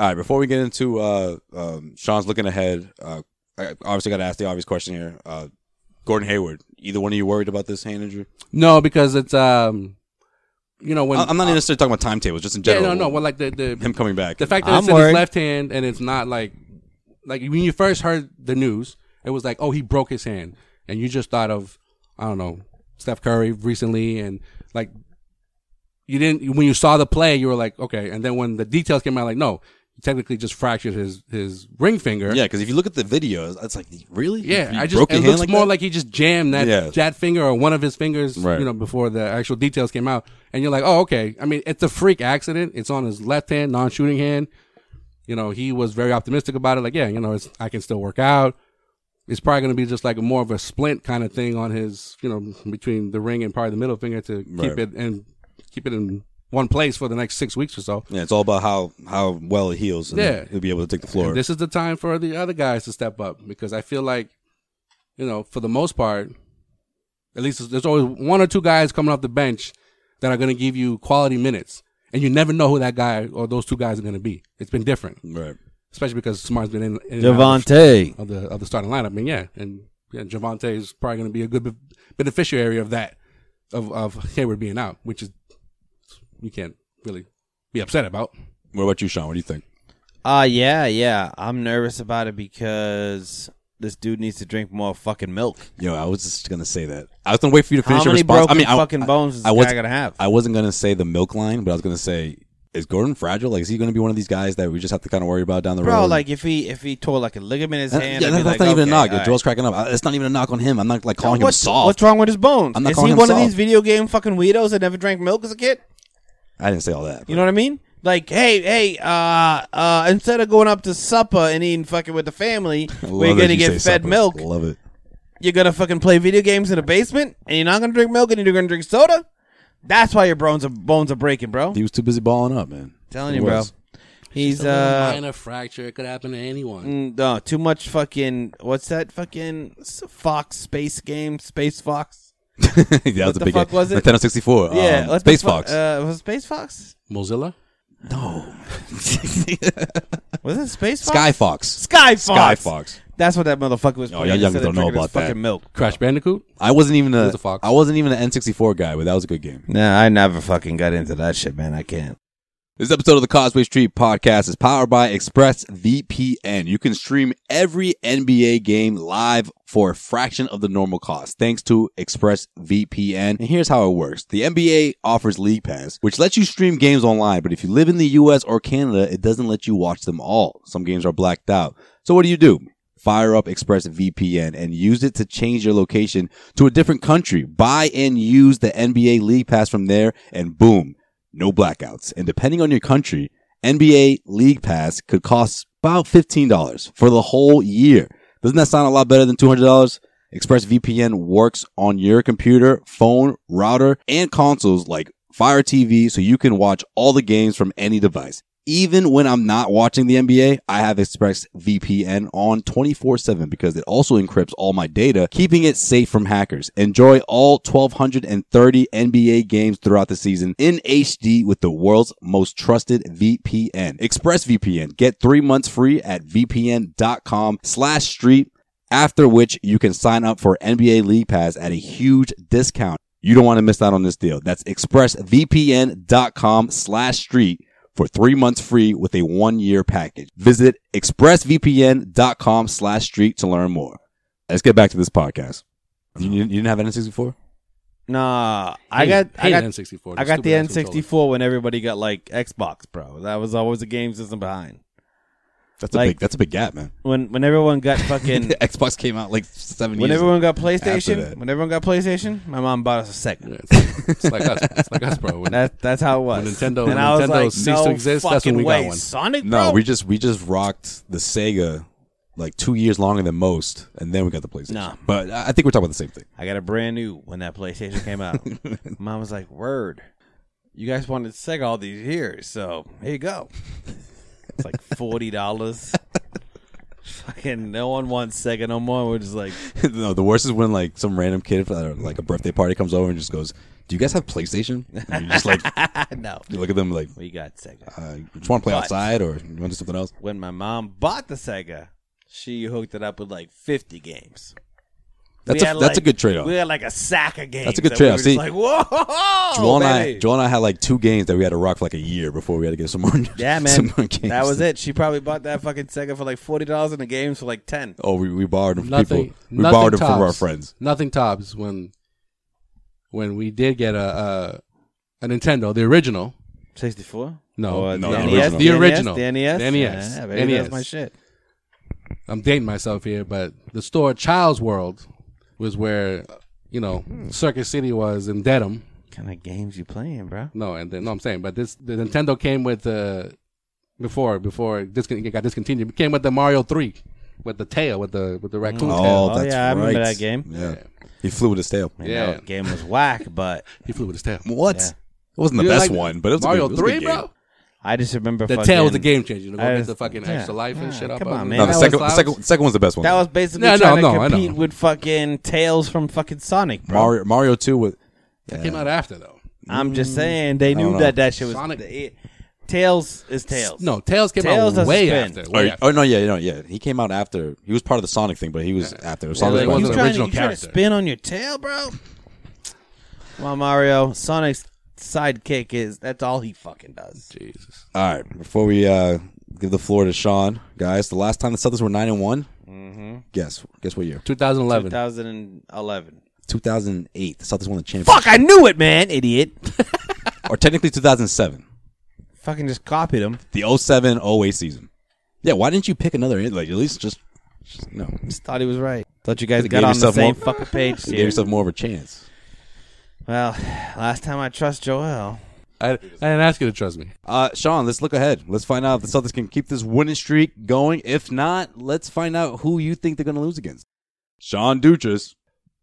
Speaker 1: All right, before we get into uh, um, Sean's looking ahead, uh, I obviously got to ask the obvious question here. Uh, Gordon Hayward, either one of you worried about this hand injury?
Speaker 4: no, because it's um, you know when
Speaker 1: I- I'm not necessarily talking about timetables, just in
Speaker 4: yeah
Speaker 1: general.
Speaker 4: no no well like the the,
Speaker 1: him coming back.
Speaker 4: the fact that
Speaker 3: I'm
Speaker 4: it's in
Speaker 3: worried.
Speaker 4: his left hand and it's not like like when you first heard the news, it was like oh he broke his hand and you just thought of I don't know Steph Curry recently and like you didn't when you saw the play you were like okay and then when the details came out like no he technically just fractured his his ring finger
Speaker 1: yeah, because if you look at the video, it's like really.
Speaker 4: Yeah,
Speaker 1: You
Speaker 4: I just
Speaker 1: broke
Speaker 4: it
Speaker 1: your hand
Speaker 4: looks more
Speaker 1: that?
Speaker 4: like he just jammed that
Speaker 1: Yeah.
Speaker 4: that finger or one of his fingers,
Speaker 1: Right.
Speaker 4: you know, before the actual details came out. And you're like, oh, okay. I mean, it's a freak accident. It's on his left hand, non-shooting hand. You know, he was very optimistic about it. Like, yeah, you know, it's, I can still work out. It's probably going to be just like more of a splint kind of thing on his, you know, between the ring and probably the middle finger to
Speaker 1: Right.
Speaker 4: keep it and keep it in one place for the next six weeks or so.
Speaker 1: Yeah, it's all about how how well it heals. And
Speaker 4: Yeah.
Speaker 1: he'll be able to take the floor.
Speaker 4: And this is the time for the other guys to step up because I feel like, you know, for the most part, at least there's always one or two guys coming off the bench that are going to give you quality minutes. And you never know who that guy or those two guys are going to be. It's been different,
Speaker 1: right.
Speaker 4: especially because Smart's been in, in and out of-
Speaker 3: Javante.
Speaker 4: of the of the starting lineup. I mean, yeah, and yeah, Javante is probably going to be a good be- beneficiary of that of of Hayward being out, which is you can't really be upset about.
Speaker 1: What about you, Sean? What do you think?
Speaker 3: Uh yeah, yeah. I'm nervous about it because this dude needs to drink more fucking milk.
Speaker 1: Yo, I was just gonna say that. I was gonna wait for you to finish
Speaker 3: How
Speaker 1: your
Speaker 3: many
Speaker 1: response. I
Speaker 3: broken
Speaker 1: mean, I,
Speaker 3: fucking
Speaker 1: I-
Speaker 3: bones is
Speaker 1: I
Speaker 3: this
Speaker 1: was
Speaker 3: guy gonna have?
Speaker 1: I wasn't gonna say the milk line, but I was gonna say, is Gordon fragile? Like, is he gonna be one of these guys that we just have to kind of worry about down the road?
Speaker 3: Bro, like if he if he tore like a ligament in his
Speaker 1: And-
Speaker 3: hand,
Speaker 1: Uh, yeah,
Speaker 3: I'd
Speaker 1: that-
Speaker 3: be
Speaker 1: that's
Speaker 3: like,
Speaker 1: not even
Speaker 3: okay,
Speaker 1: a knock.
Speaker 3: all right.
Speaker 1: Joel's cracking up. Uh, It's not even a knock on him. I'm not like calling him
Speaker 3: what's,
Speaker 1: soft.
Speaker 3: What's wrong with his bones?
Speaker 1: I'm not
Speaker 3: Is
Speaker 1: calling
Speaker 3: he
Speaker 1: him
Speaker 3: one of
Speaker 1: soft.
Speaker 3: these video game fucking weirdos that never drank milk as a kid?
Speaker 1: I didn't say all that.
Speaker 3: You know what I mean? Like, hey, hey, uh, uh, instead of going up to supper and eating fucking with the family, where you're gonna get fed milk,
Speaker 1: Love it.
Speaker 3: you're gonna fucking play video games in the basement, and you're not gonna drink milk, and you're gonna drink soda. That's why your bones are bones are breaking, bro.
Speaker 1: He was too busy balling up, man.
Speaker 3: telling
Speaker 1: He
Speaker 3: you, bro.
Speaker 1: was.
Speaker 3: He's
Speaker 4: A little
Speaker 3: uh,
Speaker 4: minor fracture. It could happen to anyone.
Speaker 3: mm, no, too much fucking. What's that fucking s- Fox space game? Space Fox.
Speaker 1: yeah, that was
Speaker 3: the
Speaker 1: a big
Speaker 3: fuck
Speaker 1: game.
Speaker 3: was it?
Speaker 1: Nintendo 64.
Speaker 3: Yeah,
Speaker 1: um,
Speaker 3: let's
Speaker 1: Space
Speaker 3: be fu-
Speaker 1: Fox.
Speaker 3: Uh, was it Space Fox?
Speaker 4: Mozilla.
Speaker 3: Was it Space Fox?
Speaker 1: Sky Fox.
Speaker 3: Sky Fox.
Speaker 1: Sky Fox.
Speaker 3: That's what that motherfucker was.
Speaker 1: Oh,
Speaker 3: playing
Speaker 1: y'all young
Speaker 3: instead of
Speaker 1: don't know
Speaker 3: drinking his
Speaker 1: about that.
Speaker 3: Fucking milk.
Speaker 4: Crash Bandicoot.
Speaker 1: I wasn't even a,
Speaker 4: was a fox.
Speaker 1: I wasn't even an N64 guy, but that was a good game.
Speaker 3: Nah, I never fucking got into that shit, man. I can't.
Speaker 1: This episode of the Causeway Street Podcast is powered by ExpressVPN. You can stream every NBA game live for a fraction of the normal cost thanks to ExpressVPN. And here's how it works. The NBA offers League Pass, which lets you stream games online, but if you live in the US or Canada, it doesn't let you watch them all. Some games are blacked out. So what do you do? Fire up ExpressVPN and use it to change your location to a different country. Buy and use the NBA League Pass from there and boom no blackouts. And depending on your country, NBA League Pass could cost about $15 for the whole year. Doesn't that sound a lot better than $200? ExpressVPN works on your computer, phone, router, and consoles like Fire TV so you can watch all the games from any device. Even when I'm not watching the NBA, I have ExpressVPN on 24/7 because it also encrypts all my data, keeping it safe from hackers. Enjoy all 1230 NBA games throughout the season in HD with the world's most trusted VPN. ExpressVPN. Get 3 months free at vpn.com/street after which you can sign up for NBA League Pass at a huge discount. You don't want to miss out on this deal. That's expressvpn.com slash street for three months free with a one year package. Visit expressvpn.com slash street to learn more. Let's get back to this podcast. You, you didn't have N64?
Speaker 3: Nah, I got, I
Speaker 4: Hated
Speaker 3: got,
Speaker 4: N64.
Speaker 3: I got the
Speaker 4: Stupid-ass
Speaker 3: N64 when everybody got like Xbox, bro. That was always the game system behind.
Speaker 1: That's a
Speaker 3: Like-
Speaker 1: big that's a big gap, man.
Speaker 3: When when everyone got fucking,
Speaker 1: Xbox came out like seven
Speaker 3: when everyone got PlayStation,
Speaker 1: that.
Speaker 3: when everyone got PlayStation, my mom bought us a
Speaker 4: controller.
Speaker 3: second.
Speaker 4: Yeah, it's, it's like us. It's like us, bro. When-
Speaker 3: That that's how it was.
Speaker 4: When Nintendo-
Speaker 3: and
Speaker 4: when
Speaker 3: I was
Speaker 4: Nintendo
Speaker 3: like,
Speaker 4: ceased
Speaker 3: no
Speaker 4: to exist, that's
Speaker 3: fucking
Speaker 4: when we got
Speaker 3: way,
Speaker 4: one.
Speaker 3: Sonic,
Speaker 1: No,
Speaker 3: bro?
Speaker 1: we just we just rocked the Sega like two years longer than most, and then we got the PlayStation.
Speaker 3: Nah.
Speaker 1: But I I think we're talking about the same thing.
Speaker 3: I got a brand new when that PlayStation came out. Mom was like, "Word, you guys wanted Sega all these years, so here you go." It's like forty dollars. Fucking no one wants Sega no more. We're just like,
Speaker 1: no, the worst is when like some random kid for like a birthday party comes over and just goes, "Do you guys have PlayStation?" And you just like
Speaker 3: no,
Speaker 1: you look at them like,
Speaker 3: we got Sega.
Speaker 1: uh, "You just want to play outside or you want to do something else?"
Speaker 3: When my mom bought the Sega, she hooked it up with like fifty games. We
Speaker 1: That's a,
Speaker 3: had,
Speaker 1: that's a
Speaker 3: like-
Speaker 1: good trade off.
Speaker 3: We had like a sack of games.
Speaker 1: That's a good
Speaker 3: that we
Speaker 1: trade-off.
Speaker 3: were just
Speaker 1: See,
Speaker 3: like whoa,
Speaker 1: Joel and I,
Speaker 3: baby."
Speaker 1: Joel and I had like two games that we had to rock for like a year before we had to get some more.
Speaker 3: Yeah,
Speaker 1: some
Speaker 3: man.
Speaker 1: more games.
Speaker 3: That was it. She probably bought that fucking Sega for like forty dollars and the games for like ten.
Speaker 1: Oh, we, we borrowed them from
Speaker 4: Nothing.
Speaker 1: people. We
Speaker 4: nothing
Speaker 1: borrowed them
Speaker 4: tops,
Speaker 1: from our friends.
Speaker 4: Nothing tops when when we did get a a, a Nintendo, the original.
Speaker 3: Sixty four.
Speaker 4: No,
Speaker 1: No,
Speaker 4: the,
Speaker 1: the
Speaker 4: NES,
Speaker 1: original.
Speaker 4: the original,
Speaker 3: E the E NES,
Speaker 4: the NES,
Speaker 3: yeah, baby,
Speaker 4: NES.
Speaker 3: that's my shit.
Speaker 4: I'm dating myself here, but the store Child's World was where you know Circus City was in Dedham.
Speaker 3: kind of games you playing, bro?
Speaker 4: No, and then, no, I'm saying, but this the Nintendo came with the before before this it got discontinued. It came with the Mario Three, with the tail, with the with the raccoon tail.
Speaker 1: Oh, that's
Speaker 3: yeah, I
Speaker 1: right.
Speaker 3: remember that game.
Speaker 1: Yeah, he flew with his tail.
Speaker 3: Man,
Speaker 4: Yeah.
Speaker 3: that game was whack, but
Speaker 4: He flew with his tail.
Speaker 1: What? It wasn't the
Speaker 4: You
Speaker 1: best
Speaker 4: like
Speaker 1: one, but it was
Speaker 4: Mario
Speaker 1: a good, it was a
Speaker 4: Three,
Speaker 1: good game.
Speaker 4: bro.
Speaker 3: I just remember
Speaker 4: The
Speaker 3: fucking,
Speaker 4: tail was a game changer. To go
Speaker 3: I
Speaker 4: get
Speaker 3: just-
Speaker 4: the fucking
Speaker 3: yeah.
Speaker 4: extra life and
Speaker 3: Yeah,
Speaker 4: shit. up
Speaker 3: come
Speaker 4: on,
Speaker 3: on, man.
Speaker 1: No, the
Speaker 3: That
Speaker 1: second,
Speaker 4: was
Speaker 1: the second, the second one's the best one.
Speaker 3: That was basically
Speaker 4: No, no,
Speaker 3: trying
Speaker 4: no,
Speaker 3: to
Speaker 4: I know.
Speaker 3: compete with fucking Tails from fucking Sonic, bro.
Speaker 1: Mario, Mario Two with
Speaker 4: That came out after though.
Speaker 3: I'm
Speaker 4: Mm,
Speaker 3: just saying they
Speaker 1: don't
Speaker 3: knew
Speaker 1: know.
Speaker 3: that that shit was
Speaker 4: Sonic-
Speaker 3: it- Tails is Tails.
Speaker 4: No, tails came
Speaker 3: Tails
Speaker 4: out
Speaker 3: doesn't
Speaker 4: way
Speaker 3: spin.
Speaker 4: after.
Speaker 1: Oh,
Speaker 4: Way
Speaker 1: y-
Speaker 4: after.
Speaker 1: oh, no, yeah, no, yeah. He came out after. He was part of the Sonic thing, but he was after.
Speaker 4: Yeah,
Speaker 1: Sonic
Speaker 4: like,
Speaker 1: was
Speaker 4: wasn't
Speaker 3: you
Speaker 4: an
Speaker 1: after.
Speaker 3: trying,
Speaker 4: original
Speaker 3: you trying to
Speaker 4: character.
Speaker 3: spin on your tail, bro? Come on, Mario. Sonic's sidekick is that's all he fucking does.
Speaker 4: Jesus.
Speaker 1: All right, before we uh, give the floor to Sean, guys. The last time the Celtics were nine and one, guess guess what year?
Speaker 4: 2011.
Speaker 3: 2011.
Speaker 1: Two thousand eight. The Celtics won the championship,
Speaker 3: Fuck, I knew it, man, idiot.
Speaker 1: or technically two thousand seven,
Speaker 3: Fucking just copied him.
Speaker 1: the 07-08 season. Yeah, why didn't you pick another? Like at least just, just no.
Speaker 3: Just thought he was right. Thought you guys
Speaker 1: Gave
Speaker 3: got on the
Speaker 1: yourself
Speaker 3: same
Speaker 1: more-
Speaker 3: fucking page.
Speaker 1: Give
Speaker 3: here.
Speaker 1: yourself more of a chance.
Speaker 3: Well, last time I trust Joel.
Speaker 4: I, I didn't ask you to trust me.
Speaker 1: Uh, Sean, let's look ahead. Let's find out if the Celtics can keep this winning streak going. If not, let's find out who you think they're going to lose against. Sean Duchess.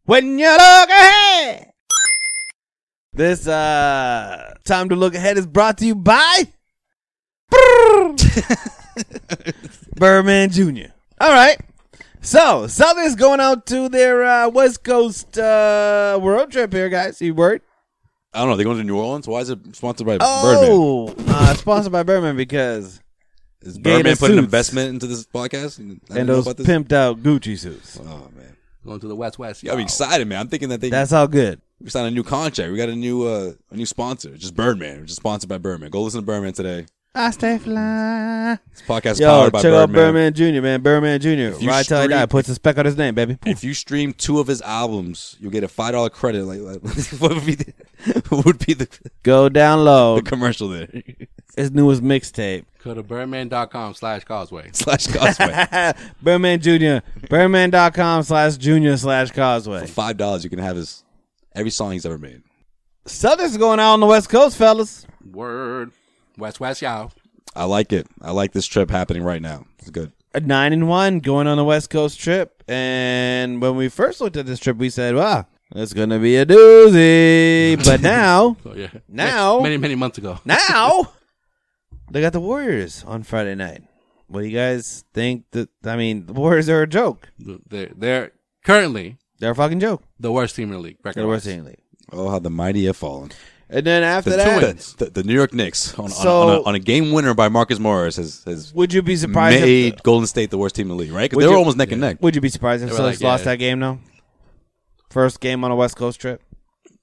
Speaker 3: When you look ahead. This uh time to look ahead is brought to you by Birdman Jr. All right. So, Southern's going out to their uh, West Coast uh, world trip here, guys. You worried?
Speaker 1: I don't know. They're going to New Orleans. Why is it sponsored by Birdman?
Speaker 3: Oh, uh, sponsored by Birdman because
Speaker 1: Is Birdman putting
Speaker 3: suits.
Speaker 1: investment into this podcast? I didn't
Speaker 3: and
Speaker 1: know
Speaker 3: those
Speaker 1: about this.
Speaker 3: pimped out Gucci suits.
Speaker 1: Oh man,
Speaker 4: Going to the West West.
Speaker 1: yeah, I'm excited, man. I'm thinking that they
Speaker 3: That's all good.
Speaker 1: we signed a new contract. We got a new uh, a new sponsor. Just Birdman. We're just sponsored by Birdman. Go listen to Birdman today.
Speaker 3: I stay fly.
Speaker 1: This podcast is
Speaker 3: Yo,
Speaker 1: powered by
Speaker 3: check out
Speaker 1: Birdman.
Speaker 3: Birdman Jr. Man, Birdman Jr.
Speaker 1: you
Speaker 3: Right till he
Speaker 1: stream-
Speaker 3: die, puts a speck on his name, baby.
Speaker 1: If you stream two of his albums, you'll get a five dollar credit. Like, like what would be the, what would be the,
Speaker 3: Go
Speaker 1: the
Speaker 3: download
Speaker 1: commercial there?
Speaker 3: his newest mixtape.
Speaker 4: Go to birdman.com slash causeway.
Speaker 1: Slash Cosplay.
Speaker 3: Birdman Jr. Birdman.com slash junior slash
Speaker 1: For
Speaker 3: causeway.
Speaker 1: five dollars, you can have his every song he's ever made.
Speaker 3: Southern's going out on the West Coast, fellas.
Speaker 4: Word. West West, y'all.
Speaker 1: I like it. I like this trip happening right now. It's good.
Speaker 3: A nine and one going on the West Coast trip. And when we first looked at this trip, we said, wow, it's going to be a doozy. But now,
Speaker 4: So, yeah.
Speaker 3: Now-
Speaker 4: Many, many months ago.
Speaker 3: now, they got the Warriors on Friday night. What do you guys think? That I mean, the Warriors are a joke.
Speaker 4: They're, they're currently
Speaker 3: They're a fucking joke.
Speaker 4: the worst team in the league.
Speaker 3: They're
Speaker 4: Record
Speaker 3: the worst team in the league.
Speaker 1: Oh, how the mighty have fallen.
Speaker 3: And then after
Speaker 1: The,
Speaker 3: that,
Speaker 1: Twins, the, the New York Knicks on, on-
Speaker 3: So-
Speaker 1: on, a, on a game winner by Marcus Morris has has
Speaker 3: would you be surprised?
Speaker 1: made
Speaker 3: If,
Speaker 1: Golden State the worst team in the league, right? 'Cause
Speaker 3: Would
Speaker 1: they were
Speaker 3: you-
Speaker 1: almost neck and neck.
Speaker 3: would you be surprised if
Speaker 4: They were
Speaker 3: Celtics
Speaker 4: like, yeah.
Speaker 3: lost that game? though? first game on a West Coast trip.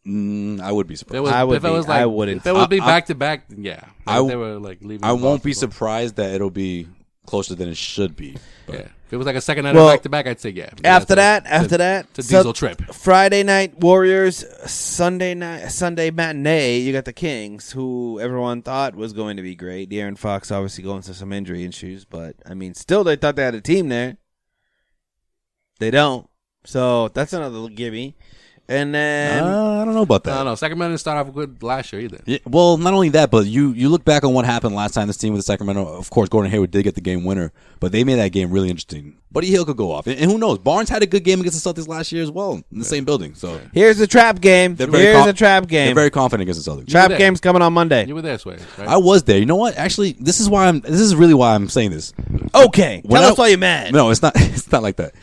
Speaker 1: Mm, I would be surprised.
Speaker 4: There was,
Speaker 3: I would
Speaker 4: if it
Speaker 3: be-
Speaker 4: was like,
Speaker 3: I wouldn't.
Speaker 4: If it would be
Speaker 1: I- I-
Speaker 4: back to back, yeah.
Speaker 1: I-
Speaker 4: If they were like leaving.
Speaker 1: I won't be
Speaker 4: possible.
Speaker 1: surprised that it'll be closer than it should be. But
Speaker 4: Yeah. If it was like a second night
Speaker 3: Well,
Speaker 4: back to back, I'd say yeah. Yeah,
Speaker 3: after
Speaker 4: that's
Speaker 3: that,
Speaker 4: a-
Speaker 3: after
Speaker 4: it's a-
Speaker 3: that,
Speaker 4: it's a
Speaker 3: Cel-
Speaker 4: diesel trip.
Speaker 3: Friday night Warriors, Sunday night Sunday matinee. You got the Kings, who everyone thought was going to be great. De'Aaron Fox obviously going through some injury issues, but I mean, still they thought they had a team there. They don't, so that's another gimme. And then
Speaker 1: Uh, I don't know about that.
Speaker 4: No, no. Sacramento didn't start off good last year either.
Speaker 1: Yeah, well, not only that, but you you look back on what happened last time this team with the Sacramento. Of course, Gordon Hayward did get the game winner, but they made that game really interesting. Buddy Hill could go off, and, and who knows? Barnes had a good game against the Celtics last year as well in the same building. So
Speaker 3: here's the trap game.
Speaker 1: they're very
Speaker 3: Here's
Speaker 1: con-
Speaker 3: the
Speaker 1: They're
Speaker 3: trap game.
Speaker 1: very confident against the Celtics.
Speaker 3: trap
Speaker 4: there.
Speaker 3: game's coming on Monday.
Speaker 4: You were there, Sway. Right?
Speaker 1: I was there. You know what? Actually, this is why I'm. This is really why I'm saying this.
Speaker 3: Okay,
Speaker 1: When
Speaker 3: tell
Speaker 1: I-
Speaker 3: us why you're mad.
Speaker 1: No, it's not. It's not like that.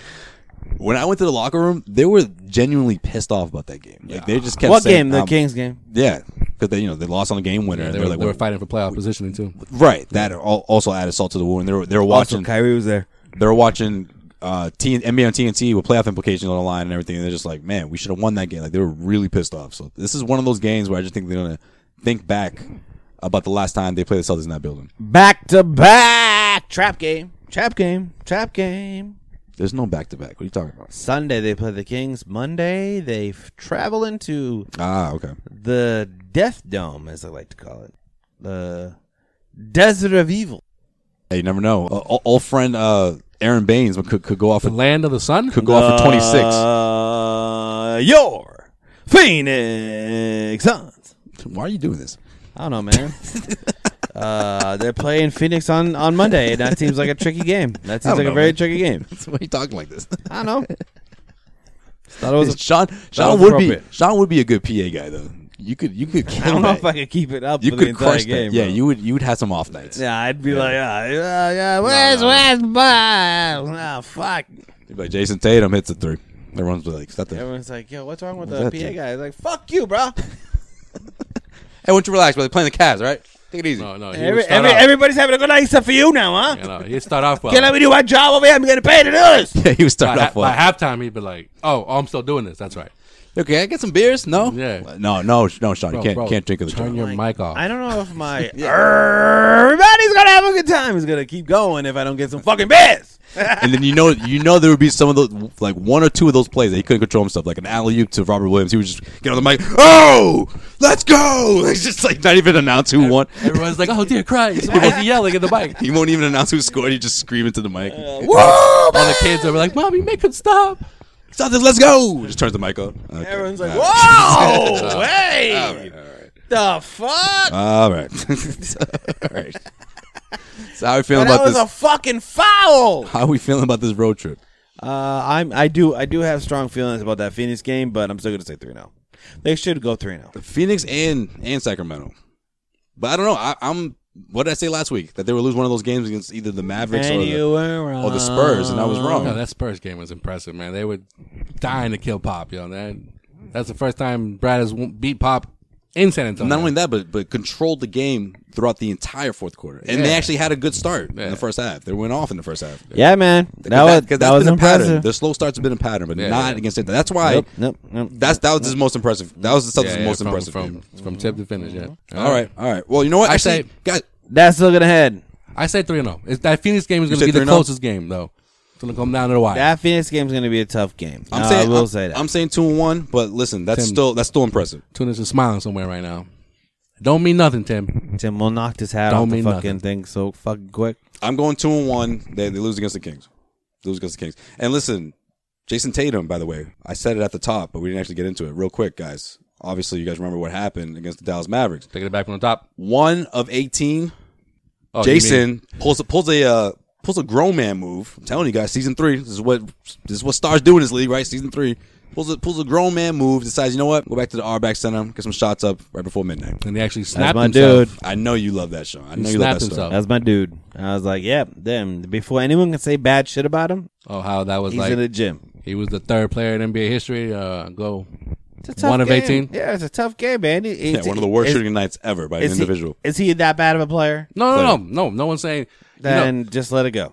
Speaker 1: When I went to the locker room, they were genuinely pissed off about that game. Like they just kept
Speaker 3: what
Speaker 1: saying,
Speaker 3: game? The
Speaker 1: um,
Speaker 3: Kings game.
Speaker 1: Yeah, because they you know they lost on the game winner.
Speaker 4: Yeah,
Speaker 1: and
Speaker 4: they
Speaker 1: they
Speaker 4: were,
Speaker 1: were like,
Speaker 4: they were
Speaker 1: well,
Speaker 4: fighting for playoff positioning too.
Speaker 1: right? That al- also added salt to the wound. They were they were watching.
Speaker 3: Also, Kyrie was there.
Speaker 1: they were watching uh, T- NBA on TNT with playoff implications on the line and everything, and they're just like, man, we should have won that game. Like they were really pissed off. So this is one of those games where I just think they're gonna think back about the last time they played the Celtics in that building.
Speaker 3: Back to back trap game. Trap game. Trap game.
Speaker 1: There's no back to back. What are you talking about?
Speaker 3: Sunday they play the Kings. Monday they f- travel into
Speaker 1: Ah, okay.
Speaker 3: the Death Dome, as I like to call it, the Desert of Evil.
Speaker 1: Hey, you never know. Uh, o- old friend uh, Aaron Baines could could go off
Speaker 4: The
Speaker 1: with,
Speaker 4: land of the sun.
Speaker 1: could go off for 26.
Speaker 3: Uh, your Phoenix Suns.
Speaker 1: Why are you doing this?
Speaker 3: I don't know, man. uh, they're playing Phoenix on on Monday, and that seems like a tricky game. That
Speaker 1: I
Speaker 3: seems
Speaker 1: don't
Speaker 3: like
Speaker 1: know,
Speaker 3: a very
Speaker 1: man.
Speaker 3: tricky game.
Speaker 1: Why are you talking like this?
Speaker 3: I don't know. Thought it was. A,
Speaker 1: Sean Sean
Speaker 3: was
Speaker 1: would be
Speaker 3: appropriate.
Speaker 1: Sean would be a good PA guy though. You could you could
Speaker 3: I
Speaker 1: kill
Speaker 3: don't know
Speaker 1: that.
Speaker 3: if I could keep it up.
Speaker 1: you
Speaker 3: for the
Speaker 1: could
Speaker 3: entire
Speaker 1: crush
Speaker 3: game,
Speaker 1: that. Yeah,
Speaker 3: bro.
Speaker 1: you would you would have some off nights.
Speaker 3: Yeah, I'd be like, ah, yeah, yeah, where's
Speaker 1: no, no.
Speaker 3: where's Bob? Ah, fuck.
Speaker 1: But Jason Tatum hits a three. Everyone's like, "Is that the?"
Speaker 3: Everyone's like, yo, what's wrong with
Speaker 1: What
Speaker 3: the
Speaker 1: was
Speaker 3: PA
Speaker 1: that dude?
Speaker 3: guy? He's like, fuck you, bro.
Speaker 1: Hey, why don't you relax, brother? Playing the Cavs, right? Take it easy.
Speaker 4: No, no. He would
Speaker 3: Every,
Speaker 4: start
Speaker 3: every,
Speaker 4: off-
Speaker 3: everybody's having a good night except for you now, huh?
Speaker 4: you know, he'd start off well.
Speaker 3: Can't let me do my job over here. I'm getting paid to do this.
Speaker 1: Yeah, he was starting
Speaker 4: by,
Speaker 1: off
Speaker 4: by
Speaker 1: well.
Speaker 4: halftime, he'd be like, "Oh, oh, I'm still doing this. That's right."
Speaker 1: Okay, I get some beers. No,
Speaker 4: Yeah.
Speaker 1: no, no, no, Sean, you can't
Speaker 4: bro,
Speaker 1: can't drink of the joint.
Speaker 4: Turn your mic off.
Speaker 3: I don't know if my everybody's gonna have a good time is gonna keep going if I don't get some fucking beers.
Speaker 1: and then you know you know there would be some of those like one or two of those plays that he couldn't control himself, like an alley oop to Robert Williams. He would just get on the mic, oh, let's go. It's just like not even announce who won.
Speaker 4: Everyone's like, oh dear Christ! Everyone's yelling at the mic.
Speaker 1: He won't even announce who scored. He just scream into the mic.
Speaker 4: All the kids are like, mommy, make him stop.
Speaker 1: Stop this. Let's go. Just turns the mic on. Okay.
Speaker 3: Everyone's like, whoa, hey, the fuck.
Speaker 1: All right. All right. So how are we feeling
Speaker 3: that
Speaker 1: about
Speaker 3: was
Speaker 1: this?
Speaker 3: a fucking foul.
Speaker 1: how are we feeling about this road trip?
Speaker 3: Uh, I'm I do I do have strong feelings about that Phoenix game, but I'm still gonna say three 0 They should go three 0
Speaker 1: Phoenix and and Sacramento. But I don't know. I, I'm. What did I say last week? That they would lose one of those games against either the Mavericks or the,
Speaker 3: Oh,
Speaker 1: or the Spurs, and I was wrong.
Speaker 4: No, that Spurs game was impressive, man. They were dying to kill Pop, yo. That, that's the first time Brad has won- beat Pop in San Antonio.
Speaker 1: Not only that, but but controlled the game throughout the entire fourth quarter, and they actually had a good start in the first half. They went off in the first half.
Speaker 3: Yeah, man, that was that,
Speaker 1: that's
Speaker 3: was
Speaker 1: been a pattern.
Speaker 3: impressive.
Speaker 1: The slow starts have been a pattern, but
Speaker 4: Yeah,
Speaker 1: not
Speaker 4: yeah.
Speaker 1: against it. That's why.
Speaker 3: Nope, nope, nope.
Speaker 1: That's that was his most impressive. That was the
Speaker 4: Yeah,
Speaker 1: Celtics'
Speaker 4: yeah,
Speaker 1: most
Speaker 4: from,
Speaker 1: impressive
Speaker 4: from,
Speaker 1: game. Mm-hmm.
Speaker 4: from tip to finish. Yeah.
Speaker 1: All right, all right. Well, you know what?
Speaker 4: I
Speaker 1: Actually,
Speaker 4: say-
Speaker 1: guys,
Speaker 3: That's looking ahead.
Speaker 4: I say three and zero. It's- That Phoenix game is going
Speaker 1: say
Speaker 4: to be the
Speaker 1: 3-0?
Speaker 4: closest game though. It's going to come down to the wire.
Speaker 3: That Phoenix game's gonna be a tough game.
Speaker 1: I'm
Speaker 3: No,
Speaker 1: saying
Speaker 3: I will
Speaker 1: I'm,
Speaker 3: say that.
Speaker 1: I'm saying two and one, but listen, that's
Speaker 4: Tim.
Speaker 1: still that's still impressive.
Speaker 4: Tunis is smiling somewhere right now. Don't mean nothing, Tim.
Speaker 3: Tim will knock his hat
Speaker 4: Don't
Speaker 3: off the
Speaker 4: mean
Speaker 3: fucking
Speaker 4: nothing.
Speaker 3: thing so fucking quick.
Speaker 1: I'm going two and one. They, they lose against the Kings. Lose against the Kings. And listen, Jason Tatum. By the way, I said it at the top, but we didn't actually get into it. Real quick, guys. Obviously, you guys remember what happened against the Dallas Mavericks.
Speaker 4: Taking it back from the top.
Speaker 1: One of eighteen.
Speaker 4: Oh, you mean-
Speaker 1: Jason pulls a, pulls a uh, pulls a grown man move. I'm telling you guys, season three. This is what this is what stars do in this league, right? Season three pulls a, pulls a grown man move. Decides, you know what? Go back to the R back center, get some shots up right before midnight.
Speaker 4: and they actually
Speaker 3: That's
Speaker 4: snapped
Speaker 3: my
Speaker 4: himself.
Speaker 3: dude.
Speaker 1: I know you love that show. I know you love that
Speaker 4: snapped
Speaker 1: stuff.
Speaker 4: himself.
Speaker 3: That's my dude. I was like, yep, damn. Before anyone can say bad shit about him,
Speaker 4: Oh, how that was
Speaker 3: he's
Speaker 4: like.
Speaker 3: in the gym.
Speaker 4: he was the third player in NBA history. Uh, go
Speaker 3: It's a tough
Speaker 4: one of
Speaker 3: game.
Speaker 4: eighteen.
Speaker 3: Yeah, it's a tough game, man. It-
Speaker 1: Yeah,
Speaker 3: it's-
Speaker 1: one of the worst
Speaker 3: is-
Speaker 1: shooting nights ever by an
Speaker 3: is he-
Speaker 1: individual.
Speaker 3: is he that bad of a player?
Speaker 4: No, no, no, no, no one's saying. you know,
Speaker 3: Then just let it go.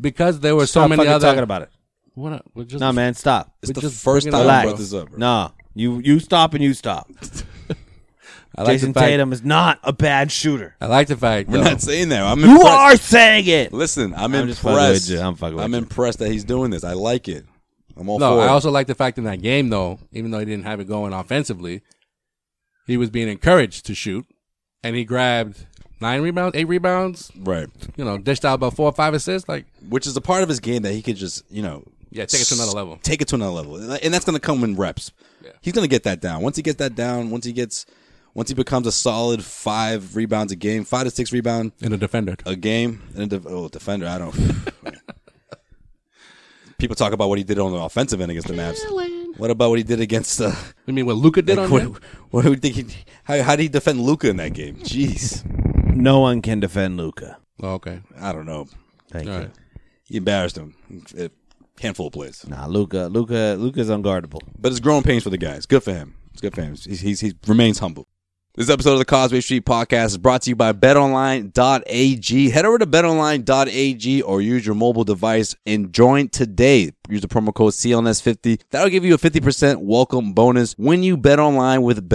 Speaker 4: because there were so
Speaker 3: Stop
Speaker 4: many
Speaker 3: fucking
Speaker 4: other.
Speaker 3: talking about it.
Speaker 4: What? We're just
Speaker 3: No, man, stop.
Speaker 1: It's the
Speaker 4: just
Speaker 1: first
Speaker 4: bringing
Speaker 1: time
Speaker 4: it
Speaker 1: I
Speaker 4: up,
Speaker 1: brought
Speaker 4: bro.
Speaker 1: this up. bro.
Speaker 3: No, you you stop and you stop.
Speaker 4: I like
Speaker 3: Jason
Speaker 4: the fact,
Speaker 3: Tatum is not a bad shooter.
Speaker 4: I like the fact.
Speaker 1: We're
Speaker 4: though,
Speaker 1: not saying that. I'm
Speaker 3: You
Speaker 1: impressed.
Speaker 3: are saying it.
Speaker 1: Listen, I'm,
Speaker 3: I'm just fucking
Speaker 1: impressed.
Speaker 3: with you. I'm fucking with you.
Speaker 1: impressed that he's doing this. I like it. I'm all
Speaker 4: No,
Speaker 1: for
Speaker 4: I
Speaker 1: it.
Speaker 4: also like the fact in that game though, even though he didn't have it going offensively, he was being encouraged to shoot, and he grabbed nine rebounds, eight rebounds.
Speaker 1: right,
Speaker 4: You know, dished out about four or five assists. Like,
Speaker 1: which is a part of his game that he could just you know
Speaker 4: yeah, take it to another level.
Speaker 1: take it to another level, and that- and that's going to come in reps. He's going to get that down. Once he gets that down, once he gets, once he becomes a solid five rebounds a game, five to six rebound
Speaker 4: And a defender.
Speaker 1: a game, and a def- oh defender, I don't. People talk about what he did on the offensive end against the Mavs. What about what he did against the?
Speaker 4: I mean, what Luca did
Speaker 1: Like,
Speaker 4: on
Speaker 1: what,
Speaker 4: him?
Speaker 1: what do we think? He, how, how did he defend Luca in that game? Jeez,
Speaker 3: No one can defend Luca.
Speaker 4: Oh, okay,
Speaker 1: I don't know.
Speaker 3: Thank
Speaker 4: all
Speaker 3: you.
Speaker 4: right.
Speaker 1: He embarrassed him. A handful of plays,
Speaker 3: Nah, Luca, Luca, Luca's unguardable.
Speaker 1: but it's growing pains for the guys. Good for him. It's good for him. He's, he's, he remains humble. This episode of the Causeway Street Podcast is brought to you by BetOnline.ag. Head over to BetOnline.ag or use your mobile device and join today. Use the promo code CLNS50. That'll give you a 50% welcome bonus when you bet online with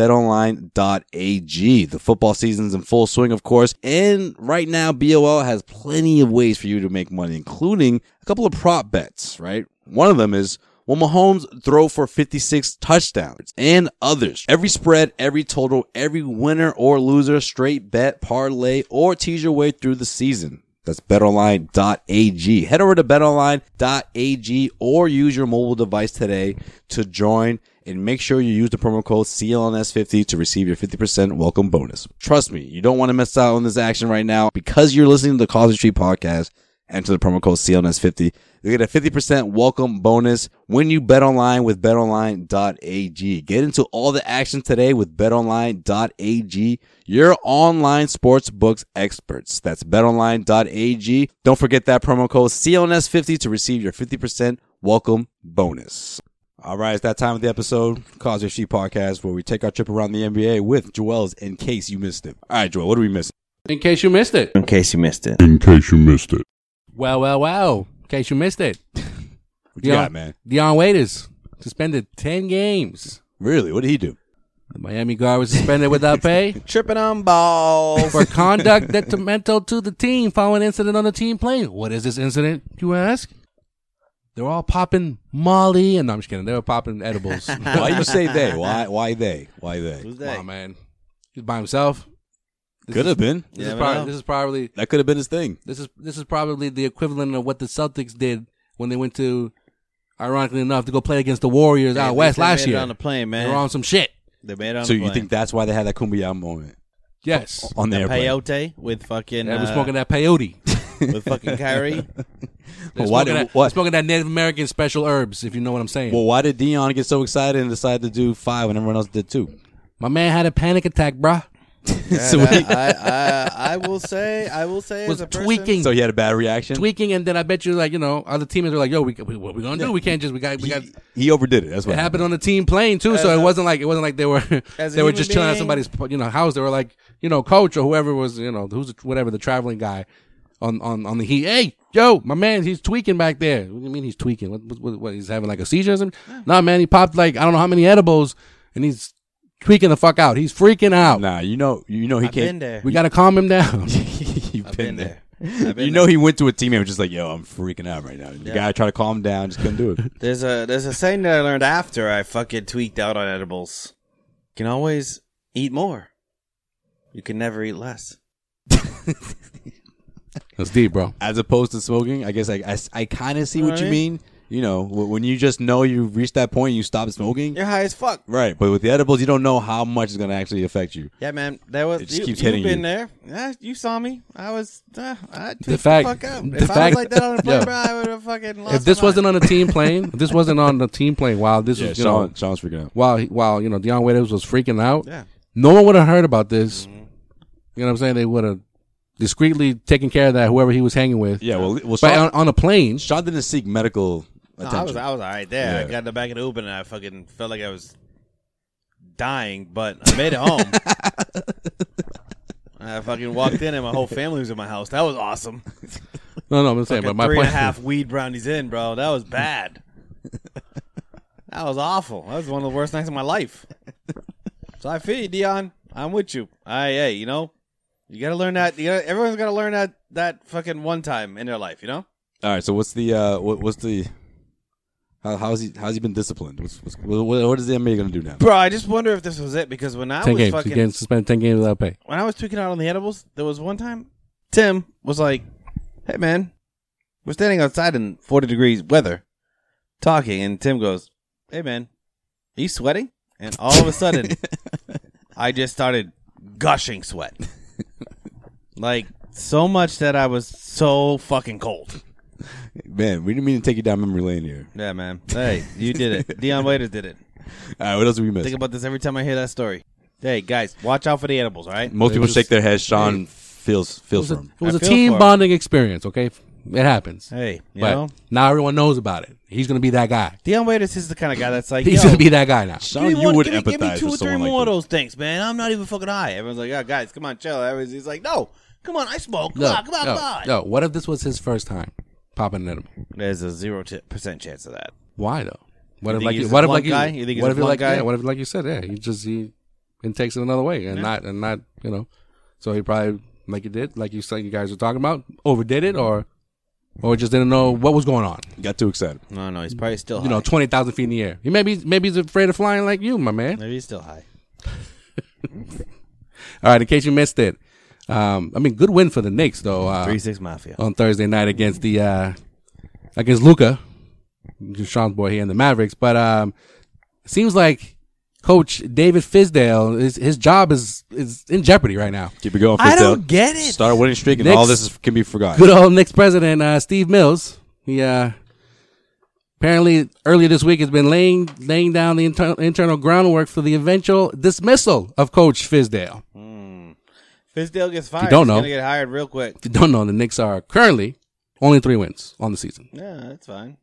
Speaker 1: BetOnline.ag. The football season's in full swing, of course, and right now BOL has plenty of ways for you to make money, including a couple of prop bets, right? One of them is Will Mahomes throw for 56 touchdowns and others? Every spread, every total, every winner or loser, straight bet, parlay, or tease your way through the season. That's betonline.ag. Head over to betonline.ag or use your mobile device today to join and make sure you use the promo code CLNS50 to receive your 50% welcome bonus. Trust me, you don't want to miss out on this action right now because you're listening to the Cause of Street podcast. Enter the promo code CLNS50. You get a 50% welcome bonus when you bet online with betonline.ag. Get into all the action today with betonline.ag, your online sportsbooks experts. That's betonline.ag. Don't forget that promo code CLNS50 to receive your 50% welcome bonus. All right, it's that time of the episode, Cause of Sheet Podcast, where we take our trip around the NBA with Joel's in case you missed it. All right, Joel, what do we miss?
Speaker 4: In case you missed it.
Speaker 3: In case you missed it,
Speaker 6: In case you missed it.
Speaker 4: Well, well, well. In case you missed it.
Speaker 1: What you
Speaker 4: Deion-
Speaker 1: got, man?
Speaker 4: Deion Waiters suspended ten games
Speaker 1: Really? What did he do?
Speaker 4: The Miami guard was suspended without pay
Speaker 3: Tripping on balls.
Speaker 4: for conduct detrimental to the team following incident on the team plane. What is this incident, you ask? They were all popping Molly, and no, I'm just kidding. They were popping edibles. Come
Speaker 1: Why do you say they? Why? Why they? Why they?
Speaker 3: Who's that?
Speaker 4: on, man. He's by himself. This
Speaker 1: Could
Speaker 4: is-
Speaker 1: have been.
Speaker 3: Yeah,
Speaker 4: This, is
Speaker 3: I
Speaker 4: probably,
Speaker 3: know.
Speaker 4: this is probably
Speaker 1: That could have been his thing.
Speaker 4: This is this is probably the equivalent of what the Celtics did when they went to, ironically enough, to go play against the Warriors
Speaker 3: Yeah,
Speaker 4: out west
Speaker 3: they
Speaker 4: last
Speaker 3: made it
Speaker 4: year.
Speaker 3: on the plane, man.
Speaker 4: They were on some shit.
Speaker 3: They made it on
Speaker 1: So
Speaker 3: the
Speaker 1: you
Speaker 3: plane.
Speaker 1: think that's why they had that Kumbaya moment
Speaker 4: Yes,
Speaker 1: on the
Speaker 3: that
Speaker 1: airplane?
Speaker 3: peyote with fucking
Speaker 4: they were
Speaker 3: uh,
Speaker 4: smoking that peyote.
Speaker 3: with fucking Kyrie?
Speaker 4: They were
Speaker 1: why
Speaker 4: smoking
Speaker 1: did-
Speaker 4: that-
Speaker 1: what?
Speaker 4: Smoking that Native American special herbs, if you know what I'm saying.
Speaker 1: Well, why did Dion get so excited and decide to do five when everyone else did two?
Speaker 4: My man had a panic attack, bruh.
Speaker 1: so, he,
Speaker 3: I, I I will say I will say
Speaker 4: Was
Speaker 3: as a person,
Speaker 4: tweaking,
Speaker 1: so he had a bad reaction.
Speaker 4: tweaking, and then I bet you, like you know, other teammates were like, "Yo, we, we what we gonna do? We can't just we got we
Speaker 1: He,
Speaker 4: got."
Speaker 1: he overdid it. That's what
Speaker 4: It happened on the team plane too, so
Speaker 3: As
Speaker 4: it
Speaker 3: a-
Speaker 4: wasn't like it wasn't like they were
Speaker 3: As a
Speaker 4: they were
Speaker 3: human
Speaker 4: just chilling at
Speaker 3: being-
Speaker 4: somebody's you know house. They were like you know coach or whoever was you know who's whatever the traveling guy on on on the heat. Hey, yo, my man, he's tweaking back there. What do you mean he's tweaking? What what, what, what he's having like a seizure? Or something? Nah, man, he popped like I don't know how many edibles, and he's tweaking the fuck out. He's freaking out.
Speaker 1: Nah, you know, you know he
Speaker 3: I've been
Speaker 1: can't.
Speaker 3: there.
Speaker 4: We gotta calm him down.
Speaker 1: You've been,
Speaker 3: been
Speaker 1: there.
Speaker 3: there.
Speaker 1: you know he went to a teammate and was just like, "Yo, I'm freaking out right now." And The
Speaker 3: Yeah.
Speaker 1: guy tried to calm him down, just couldn't do it.
Speaker 3: There's a there's a saying that I learned after I fucking tweaked out on edibles. You can always eat more. You can never eat less.
Speaker 4: That's deep, bro.
Speaker 1: As opposed to smoking, I guess I I, kind of see what you
Speaker 3: Alright.
Speaker 1: mean. You know, wh- when you just know you reached that point, you stop smoking.
Speaker 3: You're high as fuck.
Speaker 1: Right, but with the edibles, you don't know how much is going to actually affect you.
Speaker 3: Yeah, man. That was
Speaker 1: It just
Speaker 3: you,
Speaker 1: keeps
Speaker 3: you've
Speaker 1: hitting
Speaker 3: been
Speaker 1: you.
Speaker 3: there. Yeah, you saw me. I was uh, I tweaked
Speaker 4: The
Speaker 3: the,
Speaker 4: fact-
Speaker 3: fuck out.
Speaker 4: the
Speaker 3: If I
Speaker 4: fact-
Speaker 3: was like that on a plane,
Speaker 4: Yeah.
Speaker 3: bro, I would have fucking lost
Speaker 4: If this
Speaker 3: my
Speaker 4: wasn't
Speaker 3: mind.
Speaker 4: on a team plane, if this wasn't on the team plane, wow, this
Speaker 1: Yeah,
Speaker 4: was you
Speaker 1: Sean,
Speaker 4: know
Speaker 1: Sean's freaking out.
Speaker 4: while he- while you know Deion Waiters was freaking out.
Speaker 3: Yeah. Mm-hmm.
Speaker 4: No one would have heard about this. You know what I'm saying? They would have discreetly taken care of that whoever he was hanging with.
Speaker 1: Yeah, well, well
Speaker 4: But
Speaker 1: Sean,
Speaker 4: on, on a plane,
Speaker 1: Sean didn't seek medical
Speaker 3: No,
Speaker 1: attention.
Speaker 3: I was I was all right there. I
Speaker 1: Yeah.
Speaker 3: got in the back of the Uber and I fucking felt like I was dying, but I made it home. I fucking walked in and my whole family was in my house. That was awesome.
Speaker 4: no, no, I'm saying, but
Speaker 3: Fucking
Speaker 4: my
Speaker 3: three
Speaker 4: point,
Speaker 3: and a half weed brownies in, bro. That was bad. that was awful. That was one of the worst nights of my life. So I feel you, Dion. I'm with you. I, hey, you know, you gotta learn that. You gotta, everyone's gotta learn that that fucking one time in their life. You know,
Speaker 1: All right, so what's the uh, what, what's the how, how's he how's he been disciplined? What's, what's, what, what is the NBA going to do now?
Speaker 3: bro. I just wonder if this was it because when I
Speaker 4: ten
Speaker 3: was
Speaker 4: games.
Speaker 3: fucking
Speaker 4: He's getting suspended ten games without pay.
Speaker 3: when I was tweaking out on the edibles, there was one time Tim was like, "Hey man, we're standing outside in 40 degrees weather, talking," and Tim goes, "Hey man, are you sweating?" And all of a sudden, I just started gushing sweat, like so much that I was so fucking cold.
Speaker 1: Man, we didn't mean to take you down memory lane here.
Speaker 3: Yeah, man. Hey, you did it. Dion Waiters did it.
Speaker 1: All right, what else did we miss?
Speaker 3: Think about this every time I hear that story. Hey guys, watch out for the edibles, all right?
Speaker 1: Most people
Speaker 4: just-
Speaker 1: shake their heads. Sean feels
Speaker 4: It
Speaker 1: feels for
Speaker 4: was a,
Speaker 1: him.
Speaker 4: it was
Speaker 3: I
Speaker 4: a
Speaker 3: feel
Speaker 4: team
Speaker 3: for him.
Speaker 4: bonding experience. Okay, it happens.
Speaker 3: Hey, you
Speaker 4: but
Speaker 3: know,
Speaker 4: now everyone knows about it. He's gonna be that guy.
Speaker 3: Dion Waiters is the kind of guy that's like,
Speaker 4: He's
Speaker 3: Yo,
Speaker 4: gonna be that guy now.
Speaker 1: Sean, you would empathize
Speaker 3: two
Speaker 1: with
Speaker 3: or three
Speaker 1: someone like
Speaker 3: more of
Speaker 1: this.
Speaker 3: those things, man. I'm not even fucking high. Everyone's like, oh, guys, come on, chill. Everyone's he's like, no, come on, I smoke. Come
Speaker 4: No,
Speaker 3: on, come on,
Speaker 4: no,
Speaker 3: come on.
Speaker 4: no. What if this was his first time popping an edible?
Speaker 3: There's a zero percent chance of that.
Speaker 4: Why though? What if
Speaker 3: think
Speaker 4: like
Speaker 3: he's
Speaker 4: you,
Speaker 3: a
Speaker 4: what if
Speaker 3: blunt
Speaker 4: like you,
Speaker 3: guy? You think he's
Speaker 4: what
Speaker 3: a
Speaker 4: if you
Speaker 3: blunt
Speaker 4: like
Speaker 3: guy?
Speaker 4: yeah, what if like you said yeah he just he and takes it another way and not and not you know so he probably like you did like you said you guys were talking about overdid it or or just didn't know what was going on
Speaker 1: Got too excited.
Speaker 3: No, no, he's probably still high.
Speaker 4: you know twenty thousand feet in the air he maybe maybe he's afraid of flying like you my man
Speaker 3: Maybe he's still high.
Speaker 4: all right in case you missed it um I mean good win for the Knicks though uh,
Speaker 3: Three Six Mafia.
Speaker 4: on Thursday night against the uh against Luca, Sean's boy here in the Mavericks. But um seems like Coach David Fizdale is his job is is in jeopardy right now.
Speaker 1: Keep it going.
Speaker 3: I
Speaker 1: Fisdale.
Speaker 3: don't get it.
Speaker 1: Start a winning streak, and
Speaker 4: Knicks-
Speaker 1: all this is, can be forgotten.
Speaker 4: Good old Knicks president uh, Steve Mills. He uh, apparently earlier this week has been laying laying down the inter- internal groundwork for the eventual dismissal of Coach Fizdale.
Speaker 3: Fisdale gets fired.
Speaker 4: you don't
Speaker 3: he's
Speaker 4: know.
Speaker 3: gonna get hired real quick.
Speaker 4: If you don't know, the Knicks are currently only three wins on the season.
Speaker 3: Yeah, that's fine.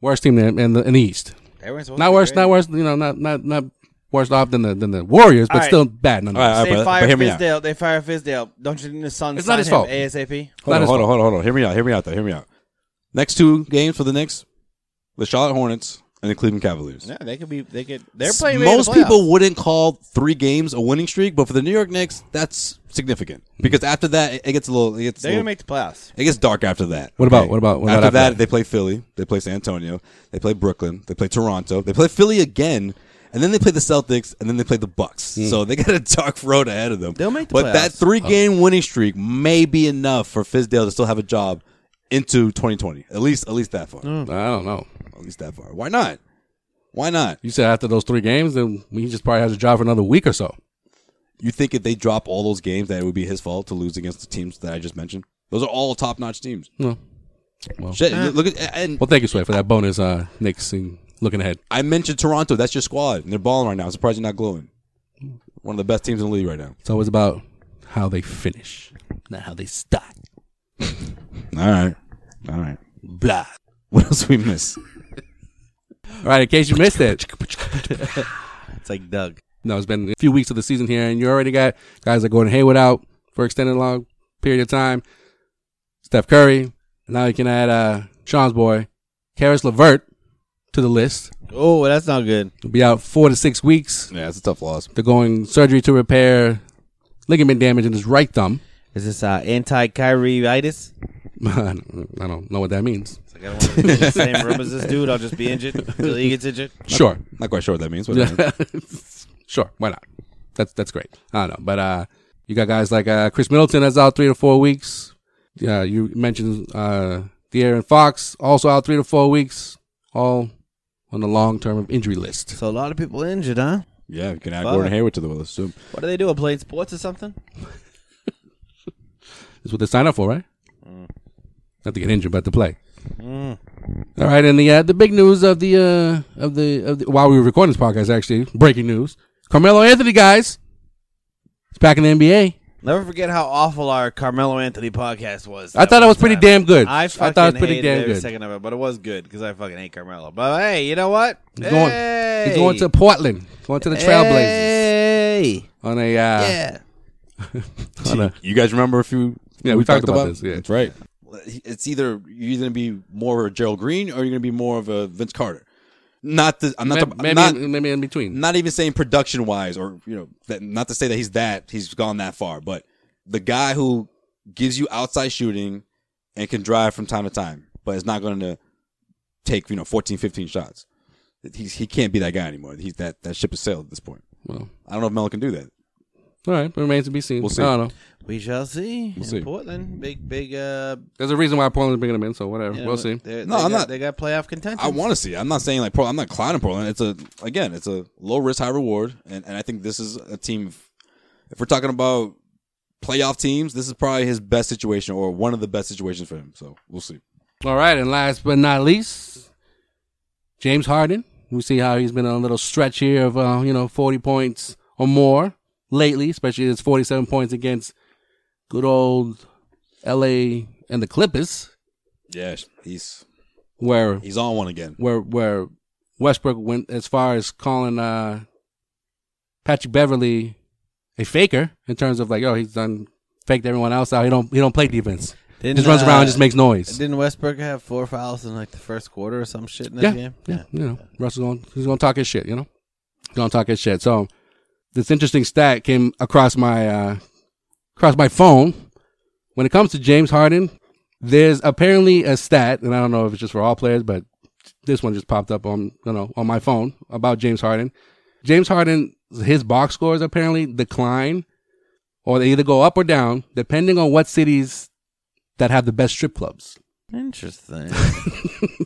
Speaker 4: Worst team in in the, in the East.
Speaker 3: Everyone's supposed to
Speaker 4: not
Speaker 3: be
Speaker 4: worse,
Speaker 3: great.
Speaker 4: not worse. You know, not not not worse off than the than the Warriors, but
Speaker 3: All right.
Speaker 4: still bad
Speaker 1: all right, all
Speaker 4: nonetheless.
Speaker 1: right,
Speaker 3: They
Speaker 1: but, but
Speaker 3: fire
Speaker 1: hear me out.
Speaker 3: Fisdale. They fire Fisdale. Don't you think the Suns
Speaker 4: It's not
Speaker 3: sign
Speaker 4: his
Speaker 3: him
Speaker 4: fault.
Speaker 3: ASAP?
Speaker 1: Hold
Speaker 4: Not
Speaker 1: on,
Speaker 4: his
Speaker 1: hold on,
Speaker 4: fault.
Speaker 1: hold on, hold on. Hear me out. Hear me out, though. Hear me out. Next two games for the Knicks, the Charlotte Hornets and the Cleveland Cavaliers.
Speaker 3: Yeah, they could be. They could. They're playing. ready to
Speaker 1: Most
Speaker 3: play
Speaker 1: people
Speaker 3: out.
Speaker 1: wouldn't call three games a winning streak, but for the New York Knicks, that's significant
Speaker 3: Hmm.
Speaker 1: because after that, it- it gets a little. It gets a
Speaker 3: They're gonna
Speaker 1: little-
Speaker 3: make the playoffs.
Speaker 1: It gets dark after that.
Speaker 4: What about- what about- what
Speaker 1: after,
Speaker 4: about after
Speaker 1: that,
Speaker 4: that?
Speaker 1: They play Philly. They play San Antonio. They play Brooklyn. They play Toronto. They play Philly again, and then they play the Celtics, and then they play the Bucks.
Speaker 4: Hmm.
Speaker 1: So they got a dark road ahead of them.
Speaker 3: They'll make the
Speaker 1: but that
Speaker 3: playoffs.
Speaker 1: three
Speaker 4: Oh.
Speaker 1: game winning streak may be enough for Fizdale to still have a job into 2020. At least, at least that far.
Speaker 3: Hmm.
Speaker 4: I don't know.
Speaker 1: At least that far. Why not? Why not?
Speaker 4: You said after those three games, then he just probably has a job for another week or so.
Speaker 1: You think if they drop all those games, that it would be his fault to lose against the teams that I just mentioned? Those are all top notch teams.
Speaker 4: No.
Speaker 1: Shit, look at and
Speaker 4: Well, thank you, Sway, for that bonus, uh, Knicks and looking ahead.
Speaker 1: I mentioned Toronto. That's your squad, and they're balling right now. I'm surprised you're not glowing. One of the best teams in the league right now.
Speaker 4: It's always about how they finish, not how they start.
Speaker 1: All right, all right.
Speaker 4: Blah.
Speaker 1: What else we miss?
Speaker 4: All right, in case you missed it,
Speaker 3: It's like Doug.
Speaker 4: no, it's been a few weeks of the season here, and you already got guys like Gordon Hayward out for extended long period of time. Steph Curry. And now you can add uh, Sean's boy, Karis Levert, to the list.
Speaker 3: Oh, that's not good.
Speaker 4: He'll be out four to six weeks.
Speaker 1: Yeah, it's a tough loss.
Speaker 4: They're going surgery to repair ligament damage in his right thumb.
Speaker 3: Is this uh, anti Kyrieitis?
Speaker 4: I don't I don't know what that means.
Speaker 3: Like, I don't want to be in the same room as this dude. I'll just be injured until he gets injured.
Speaker 4: Sure.
Speaker 1: Not quite sure what that means. But uh, yeah.
Speaker 4: sure, why not? That's that's great. I don't know, but uh, you got guys like uh, Chris Middleton that's out three to four weeks. Yeah, you mentioned uh, De'Aaron Fox also out three to four weeks, all on the long term of injury list.
Speaker 3: So a lot of people injured, huh?
Speaker 1: you can add
Speaker 3: Fuck.
Speaker 1: Gordon Hayward to the list too.
Speaker 3: What do they do? Playing sports or something?
Speaker 4: That's what they sign up for, right? Not to get injured, but to play. All right, and the uh, the big news of the uh, of the of the, while we were recording this podcast, actually breaking news: Carmelo Anthony, guys, it's back in the NBA.
Speaker 3: Never forget how awful our Carmelo Anthony podcast was.
Speaker 4: I thought it
Speaker 3: one
Speaker 4: was pretty
Speaker 3: time.
Speaker 4: damn good.
Speaker 3: I,
Speaker 4: I
Speaker 3: fucking
Speaker 4: thought it was pretty
Speaker 3: hated
Speaker 4: damn
Speaker 3: every
Speaker 4: good.
Speaker 3: second of it, but it was good because I fucking hate Carmelo. But hey, you know what?
Speaker 4: He's going,
Speaker 3: hey.
Speaker 4: he's going to Portland, going to the Trailblazers
Speaker 3: Hey.
Speaker 4: on a. Uh,
Speaker 3: Yeah.
Speaker 4: on a-
Speaker 1: You guys remember a few?
Speaker 4: Yeah, we talked about this, yeah.
Speaker 1: that's right. It's either you're going to be more of a Gerald Green or you're going to be more of a Vince Carter. Not the. I'm not.
Speaker 4: maybe,
Speaker 1: the,
Speaker 4: maybe,
Speaker 1: not,
Speaker 4: in, maybe in between.
Speaker 1: not even saying production wise or you know that, not to say that he's that he's gone that far but the guy who gives you outside shooting and can drive from time to time but is not going to take you know 14 15 shots he's, he can't be that guy anymore he's that that ship has sailed at this point
Speaker 4: Well,
Speaker 1: i don't know if Melon can do that
Speaker 4: all right, remains to be seen.
Speaker 1: We'll see.
Speaker 4: I don't know.
Speaker 3: We shall see. in
Speaker 1: see.
Speaker 3: Portland, big, big. uh
Speaker 4: There's a reason why Portland's bringing him in, so whatever.
Speaker 3: you know,
Speaker 4: we'll see.
Speaker 3: they're-
Speaker 1: No,
Speaker 3: they
Speaker 1: I'm
Speaker 3: got-
Speaker 1: not-
Speaker 3: They got playoff contention.
Speaker 1: i want to see i'm not saying like Portland, i'm not clowning Portland. it's a again it's a low risk high reward and, and i think this is a team if we're talking about playoff teams this is probably his best situation or one of the best situations for him so we'll see
Speaker 4: All right, and last but not least, James Harden. We see how he's been on a little stretch here of uh, you know forty points or more lately, especially his forty-seven points against good old L.A. and the Clippers,
Speaker 1: yeah he's
Speaker 4: where
Speaker 1: He's on one again.
Speaker 4: where where Westbrook went as far as calling uh, Patrick Beverly a faker in terms of like, oh, he's done faked everyone else out. He don't he don't play defense.
Speaker 3: Didn't,
Speaker 4: just runs around
Speaker 3: uh,
Speaker 4: and just makes noise.
Speaker 3: Didn't Westbrook have four fouls in like the first quarter or some shit in that
Speaker 4: Yeah, yeah,
Speaker 3: game?
Speaker 4: You know, Russell's going he's gonna talk his shit. You know, he's gonna talk his shit. So this interesting stat came across my uh, across my phone. When it comes to James Harden, there's apparently a stat, and I don't know if it's just for all players, but this one just popped up on you know on my phone about James Harden. James Harden, his box scores apparently decline, or they either go up or down depending on what cities that have the best strip clubs.
Speaker 3: Interesting.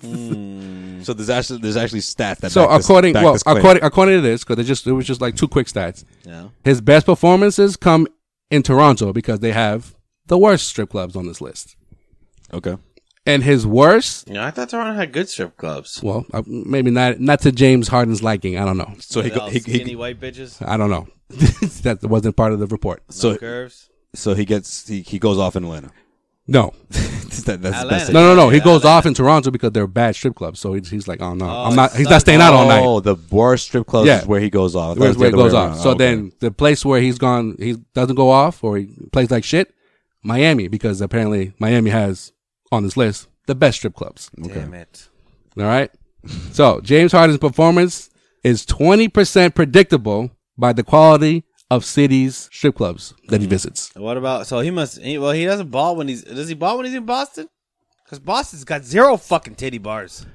Speaker 1: So there's actually there's actually stats that.
Speaker 4: So
Speaker 1: back this-
Speaker 4: according
Speaker 1: back
Speaker 4: well
Speaker 1: this claim.
Speaker 4: according according to this because it just it was just like two quick stats.
Speaker 3: yeah.
Speaker 4: His best performances come in Toronto because they have the worst strip clubs on this list,
Speaker 1: okay,
Speaker 4: and his worst.
Speaker 3: You know, I thought Toronto had good strip clubs.
Speaker 4: Well, uh, maybe not not to James Harden's liking. I don't know.
Speaker 1: so he,
Speaker 3: They
Speaker 1: go,
Speaker 3: all
Speaker 1: he,
Speaker 3: skinny
Speaker 1: he
Speaker 3: white bitches, no
Speaker 4: I don't know. that wasn't part of the report.
Speaker 1: so
Speaker 3: curves.
Speaker 1: so he gets he, he goes off in Atlanta.
Speaker 4: No,
Speaker 1: that, that's
Speaker 3: Atlanta.
Speaker 1: that's it.
Speaker 4: no, no, no. He
Speaker 3: Yeah,
Speaker 4: goes
Speaker 3: I like
Speaker 4: off in Toronto because they're bad strip clubs. So he's, he's like, oh no,
Speaker 3: Oh,
Speaker 4: I'm not.
Speaker 3: it
Speaker 4: He's
Speaker 3: sucks.
Speaker 4: not staying out all night.
Speaker 1: Oh, the worst strip club
Speaker 4: Yeah.
Speaker 1: is where he goes off. I thought it
Speaker 4: Where,
Speaker 1: was the
Speaker 4: where it
Speaker 1: other way
Speaker 4: goes off.
Speaker 1: around. Oh,
Speaker 4: So
Speaker 1: Okay.
Speaker 4: then the place where he's gone, he doesn't go off or he plays like shit. Miami, because apparently Miami has on this list the best strip clubs.
Speaker 3: Damn it.
Speaker 4: All right. So James Harden's performance is 20% predictable by the quality of cities strip clubs that
Speaker 1: Mm-hmm.
Speaker 4: he visits.
Speaker 3: What about? So he must. He, well, he doesn't ball when he's. Does he ball when he's in Boston? Because Boston's got zero fucking titty bars.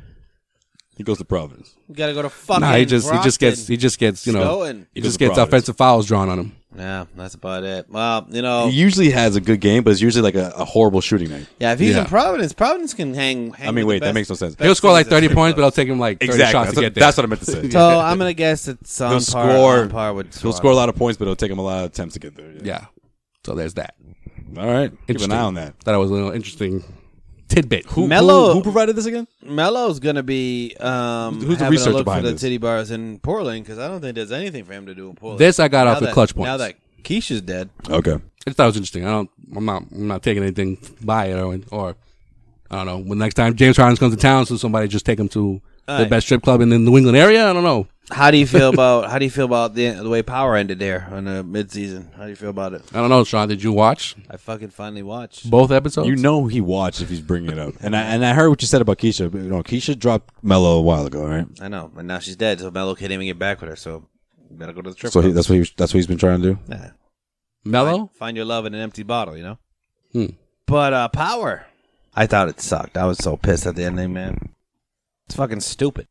Speaker 1: He goes to Providence.
Speaker 3: You gotta go to fucking.
Speaker 4: Nah, he just he just gets he just gets you know
Speaker 3: Snowing.
Speaker 4: he
Speaker 1: Goes
Speaker 4: just
Speaker 1: to
Speaker 4: gets
Speaker 1: Providence.
Speaker 4: offensive fouls drawn on him.
Speaker 3: Yeah, that's about it. Well, you know,
Speaker 1: He usually has a good game, but it's usually like a, a horrible shooting night.
Speaker 3: yeah. If he's
Speaker 4: Yeah.
Speaker 3: in Providence, Providence can hang. hang
Speaker 1: I mean,
Speaker 3: with the
Speaker 1: wait, that
Speaker 3: best-
Speaker 1: makes no sense.
Speaker 3: best
Speaker 4: He'll score like
Speaker 3: teams in
Speaker 4: 30
Speaker 3: strip
Speaker 4: points, but
Speaker 3: clubs.
Speaker 4: it'll take him like 30
Speaker 1: Exactly.
Speaker 4: shots
Speaker 1: That's,
Speaker 4: to
Speaker 1: what,
Speaker 4: get there.
Speaker 1: that's what I meant to say.
Speaker 3: So I'm gonna guess it's on
Speaker 1: he'll
Speaker 3: par,
Speaker 1: score.
Speaker 3: on par with.
Speaker 1: he'll score a lot of points, but it'll take him a lot of attempts to get there.
Speaker 4: yeah. So there's that.
Speaker 1: All right. Keep an
Speaker 4: Interesting.
Speaker 1: eye on that.
Speaker 4: That was a little interesting tidbit.
Speaker 1: Who,
Speaker 3: Melo-
Speaker 1: who, who provided this again?
Speaker 3: Melo's gonna be um,
Speaker 1: Who's the
Speaker 3: having
Speaker 1: researcher
Speaker 3: a look for
Speaker 1: behind
Speaker 3: the
Speaker 1: this?
Speaker 3: titty bars in Portland because I don't think there's anything for him to do in Portland.
Speaker 4: This I got off the
Speaker 3: that-
Speaker 4: clutch points.
Speaker 3: Now that Keisha's dead,
Speaker 1: Okay.
Speaker 4: I just thought it was interesting. I don't. I'm not. I'm not taking anything by it or or I don't know. When next time James Harden comes to town, so somebody just take him to the
Speaker 3: Alright.
Speaker 4: best strip club in the New England area. I don't know.
Speaker 3: how do you feel about how do you feel about the the way Power ended there on the midseason? How do you feel about it?
Speaker 4: I don't know. Sean, did you watch
Speaker 3: I fucking finally watched.
Speaker 4: both episodes?
Speaker 1: You know he watched if he's bringing it up. And I and I heard what you said about Keisha. But, you know, Keisha dropped Mello a while ago, right?
Speaker 3: I know, and now she's dead, so Melo can't even get back with her. So you better go to the trip.
Speaker 1: So he, that's what he, was- that's what he's been trying to do.
Speaker 3: yeah.
Speaker 4: Mellow.
Speaker 3: Find your love in an empty bottle, you know.
Speaker 4: Hmm.
Speaker 3: But uh, Power, I thought it sucked. I was so pissed at the ending, man. It's fucking stupid.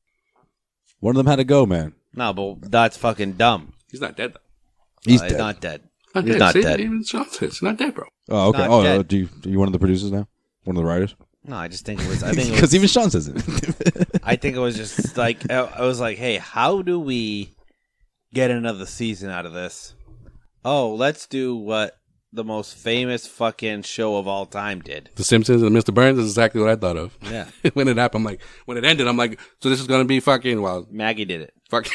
Speaker 1: One of them had to go, man.
Speaker 3: No, but that's fucking dumb.
Speaker 4: He's not dead though.
Speaker 1: He's
Speaker 3: Uh,
Speaker 1: dead.
Speaker 3: not dead.
Speaker 4: Not
Speaker 3: He's
Speaker 4: dead.
Speaker 3: not
Speaker 4: See?
Speaker 3: dead.
Speaker 4: Even Sean says he's not dead, bro.
Speaker 1: oh, okay.
Speaker 3: not
Speaker 1: Oh,
Speaker 3: dead.
Speaker 1: uh, do you are you one of the producers now? One of the writers?
Speaker 3: No, I just think it was. I think it
Speaker 1: Because
Speaker 3: was,
Speaker 1: even Sean says it.
Speaker 3: I think it was just like I I was like, hey, how do we get another season out of this? Oh, let's do what the most famous fucking show of all time did.
Speaker 4: The Simpsons and Mr. Burns is exactly what I thought of.
Speaker 3: Yeah.
Speaker 4: when it happened, I'm like, when it ended, I'm like, so this is gonna be fucking well,
Speaker 3: Maggie did it.
Speaker 4: fuck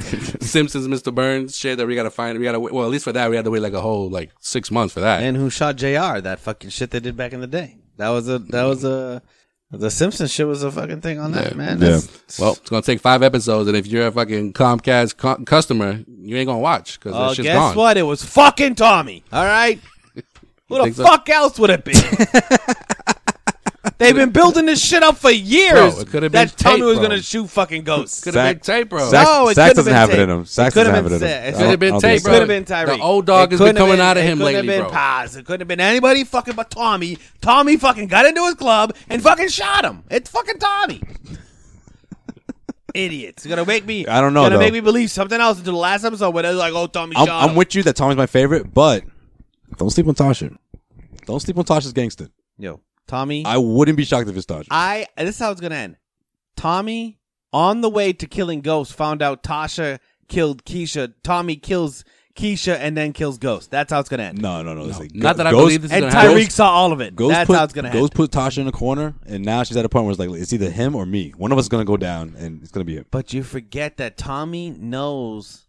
Speaker 4: Simpsons, Mr. Burns shit that we gotta find. We gotta wait. well, at least for that, we had to wait like a whole like six months for that.
Speaker 3: And who shot JR? That fucking shit they did back in the day. That was a that was a the Simpsons shit was a fucking thing on that, man.
Speaker 1: Yeah.
Speaker 3: That's-
Speaker 4: Well, it's gonna take five episodes, and if you're a fucking Comcast cu- customer, you ain't gonna watch because
Speaker 3: Uh,
Speaker 4: that shit's
Speaker 3: guess
Speaker 4: gone.
Speaker 3: what? It was fucking Tommy. All right. Who the
Speaker 4: think so?
Speaker 3: fuck else would it be? They've been building this shit up for years.
Speaker 4: Bro, it could've been
Speaker 3: that Tommy
Speaker 4: tape,
Speaker 3: was
Speaker 4: bro.
Speaker 3: gonna shoot fucking ghosts.
Speaker 4: Could
Speaker 3: It
Speaker 4: have
Speaker 1: Zach-
Speaker 4: been tape, bro.
Speaker 1: Zach,
Speaker 3: No, it
Speaker 1: Zach
Speaker 3: could've
Speaker 1: doesn't
Speaker 3: been
Speaker 1: have it
Speaker 3: Tate.
Speaker 1: in him. Zach
Speaker 3: could've
Speaker 1: doesn't have it in
Speaker 3: been
Speaker 1: him.
Speaker 3: Zach. It
Speaker 1: I don't-
Speaker 4: could have
Speaker 1: I
Speaker 4: been
Speaker 1: don't think
Speaker 4: tape,
Speaker 1: so.
Speaker 4: bro.
Speaker 3: could have been Tyree.
Speaker 4: The old dog
Speaker 3: it
Speaker 4: has been
Speaker 3: could've
Speaker 4: coming out of him
Speaker 3: it couldn't
Speaker 4: lately,
Speaker 3: have been
Speaker 4: bro.
Speaker 3: Paz. It couldn't have been anybody fucking but Tommy. Tommy fucking got into his club and fucking shot him. It's fucking Tommy. Idiot. It's gonna make me.
Speaker 1: I don't know,
Speaker 3: Gonna
Speaker 1: though.
Speaker 3: make me believe something else until the last episode where they're like, "Oh, Tommy
Speaker 1: I'm,
Speaker 3: shot
Speaker 1: I'm
Speaker 3: him."
Speaker 1: with you that Tommy's my favorite, but don't sleep on Tasha. Don't sleep on Tasha's gangster.
Speaker 3: Yo, Tommy.
Speaker 1: I wouldn't be shocked if it's Tasha.
Speaker 3: I this is how it's gonna end. Tommy on the way to killing Ghost found out Tasha killed Keisha. Tommy kills Keisha and then kills Ghost. That's how it's gonna end.
Speaker 1: no, no, no. listen.
Speaker 4: Not that I
Speaker 1: Ghost-
Speaker 4: believe this is
Speaker 3: And
Speaker 4: gonna happen.
Speaker 3: Tyreek saw all of it.
Speaker 1: Goes
Speaker 3: That's
Speaker 1: put,
Speaker 3: how it's gonna
Speaker 1: Goes
Speaker 3: end.
Speaker 1: put Tasha in a corner, and now she's at a point where it's like it's either him or me. One of us is gonna go down, and it's gonna be him.
Speaker 3: But you forget that Tommy knows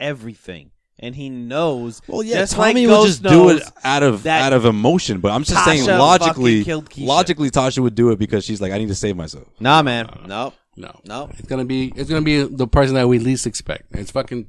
Speaker 3: everything, and he knows.
Speaker 1: Well, yeah,
Speaker 3: just
Speaker 1: Tommy would
Speaker 3: like Ghost
Speaker 1: just do it
Speaker 3: knows
Speaker 1: out of
Speaker 3: that
Speaker 1: out of emotion. But I'm just saying,
Speaker 3: Tasha
Speaker 1: logically,
Speaker 3: fucking killed Keisha.
Speaker 1: logically, Tasha would do it because she's like, I need to save myself.
Speaker 3: Nah, man, no,
Speaker 4: No,
Speaker 3: no.
Speaker 4: It's gonna be it's gonna be the person that we least expect. It's fucking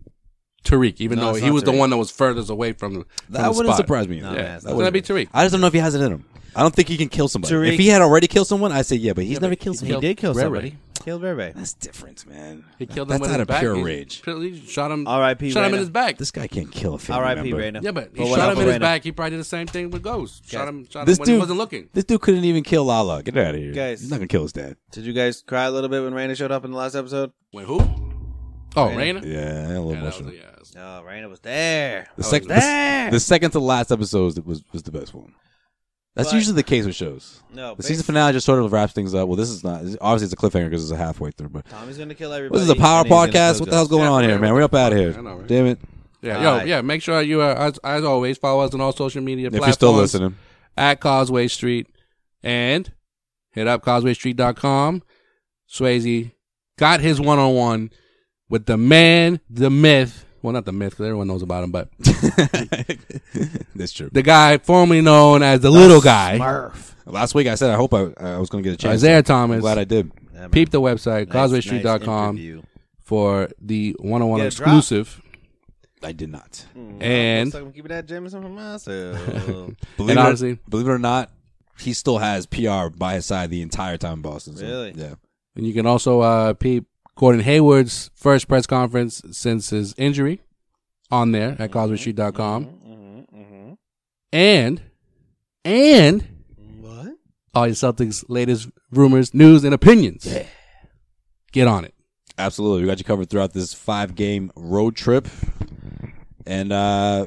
Speaker 4: Tariq, even
Speaker 3: No,
Speaker 4: though
Speaker 3: it's
Speaker 4: he
Speaker 3: not
Speaker 4: was the
Speaker 3: Tariq.
Speaker 4: one that was furthest away from the. From
Speaker 1: That
Speaker 4: the
Speaker 1: wouldn't
Speaker 4: spot.
Speaker 1: surprise me.
Speaker 3: No,
Speaker 1: either.
Speaker 3: man,
Speaker 4: Yeah,
Speaker 3: it's
Speaker 4: it's
Speaker 3: not
Speaker 4: gonna be Tariq.
Speaker 1: I just don't know if he has it in him. I don't think he can kill somebody.
Speaker 3: Tariq-
Speaker 1: If he had already killed someone, I say yeah, but he's never killed
Speaker 3: He
Speaker 1: someone.
Speaker 3: did kill
Speaker 4: Ray Ray.
Speaker 3: somebody. Killed Ray Ray.
Speaker 1: That's different, man.
Speaker 4: He killed him
Speaker 1: That's
Speaker 4: with
Speaker 1: out
Speaker 4: his
Speaker 1: of
Speaker 4: back.
Speaker 1: pure
Speaker 4: He-
Speaker 1: rage.
Speaker 4: He shot him.
Speaker 3: R.I.P.
Speaker 4: Shot him in
Speaker 3: Raina.
Speaker 4: his back.
Speaker 1: This guy can't kill a family
Speaker 3: R.I.P.
Speaker 1: member.
Speaker 3: Raina.
Speaker 4: Yeah, but he
Speaker 3: But what
Speaker 4: shot
Speaker 3: happened
Speaker 4: him in
Speaker 3: to
Speaker 4: his
Speaker 3: Raina?
Speaker 4: back. He probably did the same thing with Ghost. Shot
Speaker 3: Guys,
Speaker 4: him. Shot
Speaker 1: This
Speaker 4: him when
Speaker 1: dude
Speaker 4: he wasn't looking.
Speaker 1: This dude couldn't even kill Lala. Get out of here,
Speaker 3: Guys.
Speaker 1: He's not gonna kill his dad.
Speaker 3: Did you guys cry a little bit when Raina showed up in the last episode?
Speaker 4: Wait, who? Oh, Raina.
Speaker 1: Yeah, a little
Speaker 4: Yeah, that was,
Speaker 1: emotional.
Speaker 4: yeah, that's-
Speaker 3: No, Raina was there.
Speaker 1: The second, the,
Speaker 3: there.
Speaker 1: s- the second to last episode that was was the best one. That's
Speaker 3: But-
Speaker 1: usually the case with shows.
Speaker 3: No,
Speaker 1: the
Speaker 3: basi-
Speaker 1: season finale just sort of wraps things up. Well, this is not. Obviously, it's a cliffhanger because it's a halfway through. But
Speaker 3: Tommy's gonna kill everybody.
Speaker 1: this is a power
Speaker 3: and he's gonna
Speaker 1: podcast.
Speaker 3: kill
Speaker 1: What the hell's
Speaker 3: Joe.
Speaker 1: going on here,
Speaker 4: right,
Speaker 1: man?
Speaker 4: what
Speaker 1: We're up
Speaker 4: the
Speaker 1: out of here.
Speaker 4: I know, right?
Speaker 1: Damn it!
Speaker 4: Yeah,
Speaker 3: All
Speaker 4: yo,
Speaker 3: right.
Speaker 4: yeah. Make sure you, uh, as, as always, follow us on all social media
Speaker 1: If
Speaker 4: platforms.
Speaker 1: you're still listening,
Speaker 4: at Causeway Street and hit up causewaystreet.com. Swayze got his one on one with the man, the myth. Well, not the myth, because everyone knows about him, but
Speaker 1: that's true.
Speaker 4: the guy formerly known as the little guy,
Speaker 3: Smurf.
Speaker 1: Last week I said I hope I, I was going to get a chance.
Speaker 4: Isaiah
Speaker 1: I'm
Speaker 4: Thomas.
Speaker 1: glad I did.
Speaker 3: Yeah, man.
Speaker 4: Peep the website,
Speaker 3: Nice-
Speaker 4: causewaystreet.com,
Speaker 3: nice interview.
Speaker 4: for the one on one
Speaker 3: Get a drop.
Speaker 4: exclusive.
Speaker 1: I did not.
Speaker 3: Mm-hmm.
Speaker 4: And-
Speaker 3: Looks like I'm keeping that Jameson for myself.
Speaker 1: Believe
Speaker 4: And
Speaker 1: it,
Speaker 4: honestly-
Speaker 1: believe it or not, he still has PR by his side the entire time in Boston. so,
Speaker 3: Really?
Speaker 1: Yeah.
Speaker 4: And you can also uh, peep Gordon Hayward's first press conference since his injury on there at causewaystreet.com.
Speaker 3: Mm-hmm.
Speaker 4: And, and
Speaker 3: What?
Speaker 4: all your Celtics' latest rumors, news, and opinions. Get on it.
Speaker 1: Absolutely. We got you covered throughout this five game road trip. And uh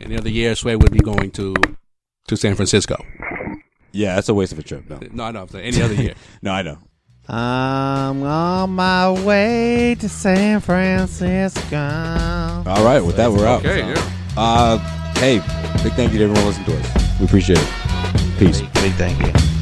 Speaker 4: Any other year, Sway would be going to to San Francisco.
Speaker 1: yeah, that's a waste of a trip. No.
Speaker 4: No, no, I'm saying any other year.
Speaker 1: No, I know.
Speaker 3: I'm on my way to San Francisco.
Speaker 1: All right, with that we're out.
Speaker 4: Okay, yeah.
Speaker 1: Uh hey, big thank you to everyone listening to us. We appreciate it. Peace.
Speaker 3: Big thank you.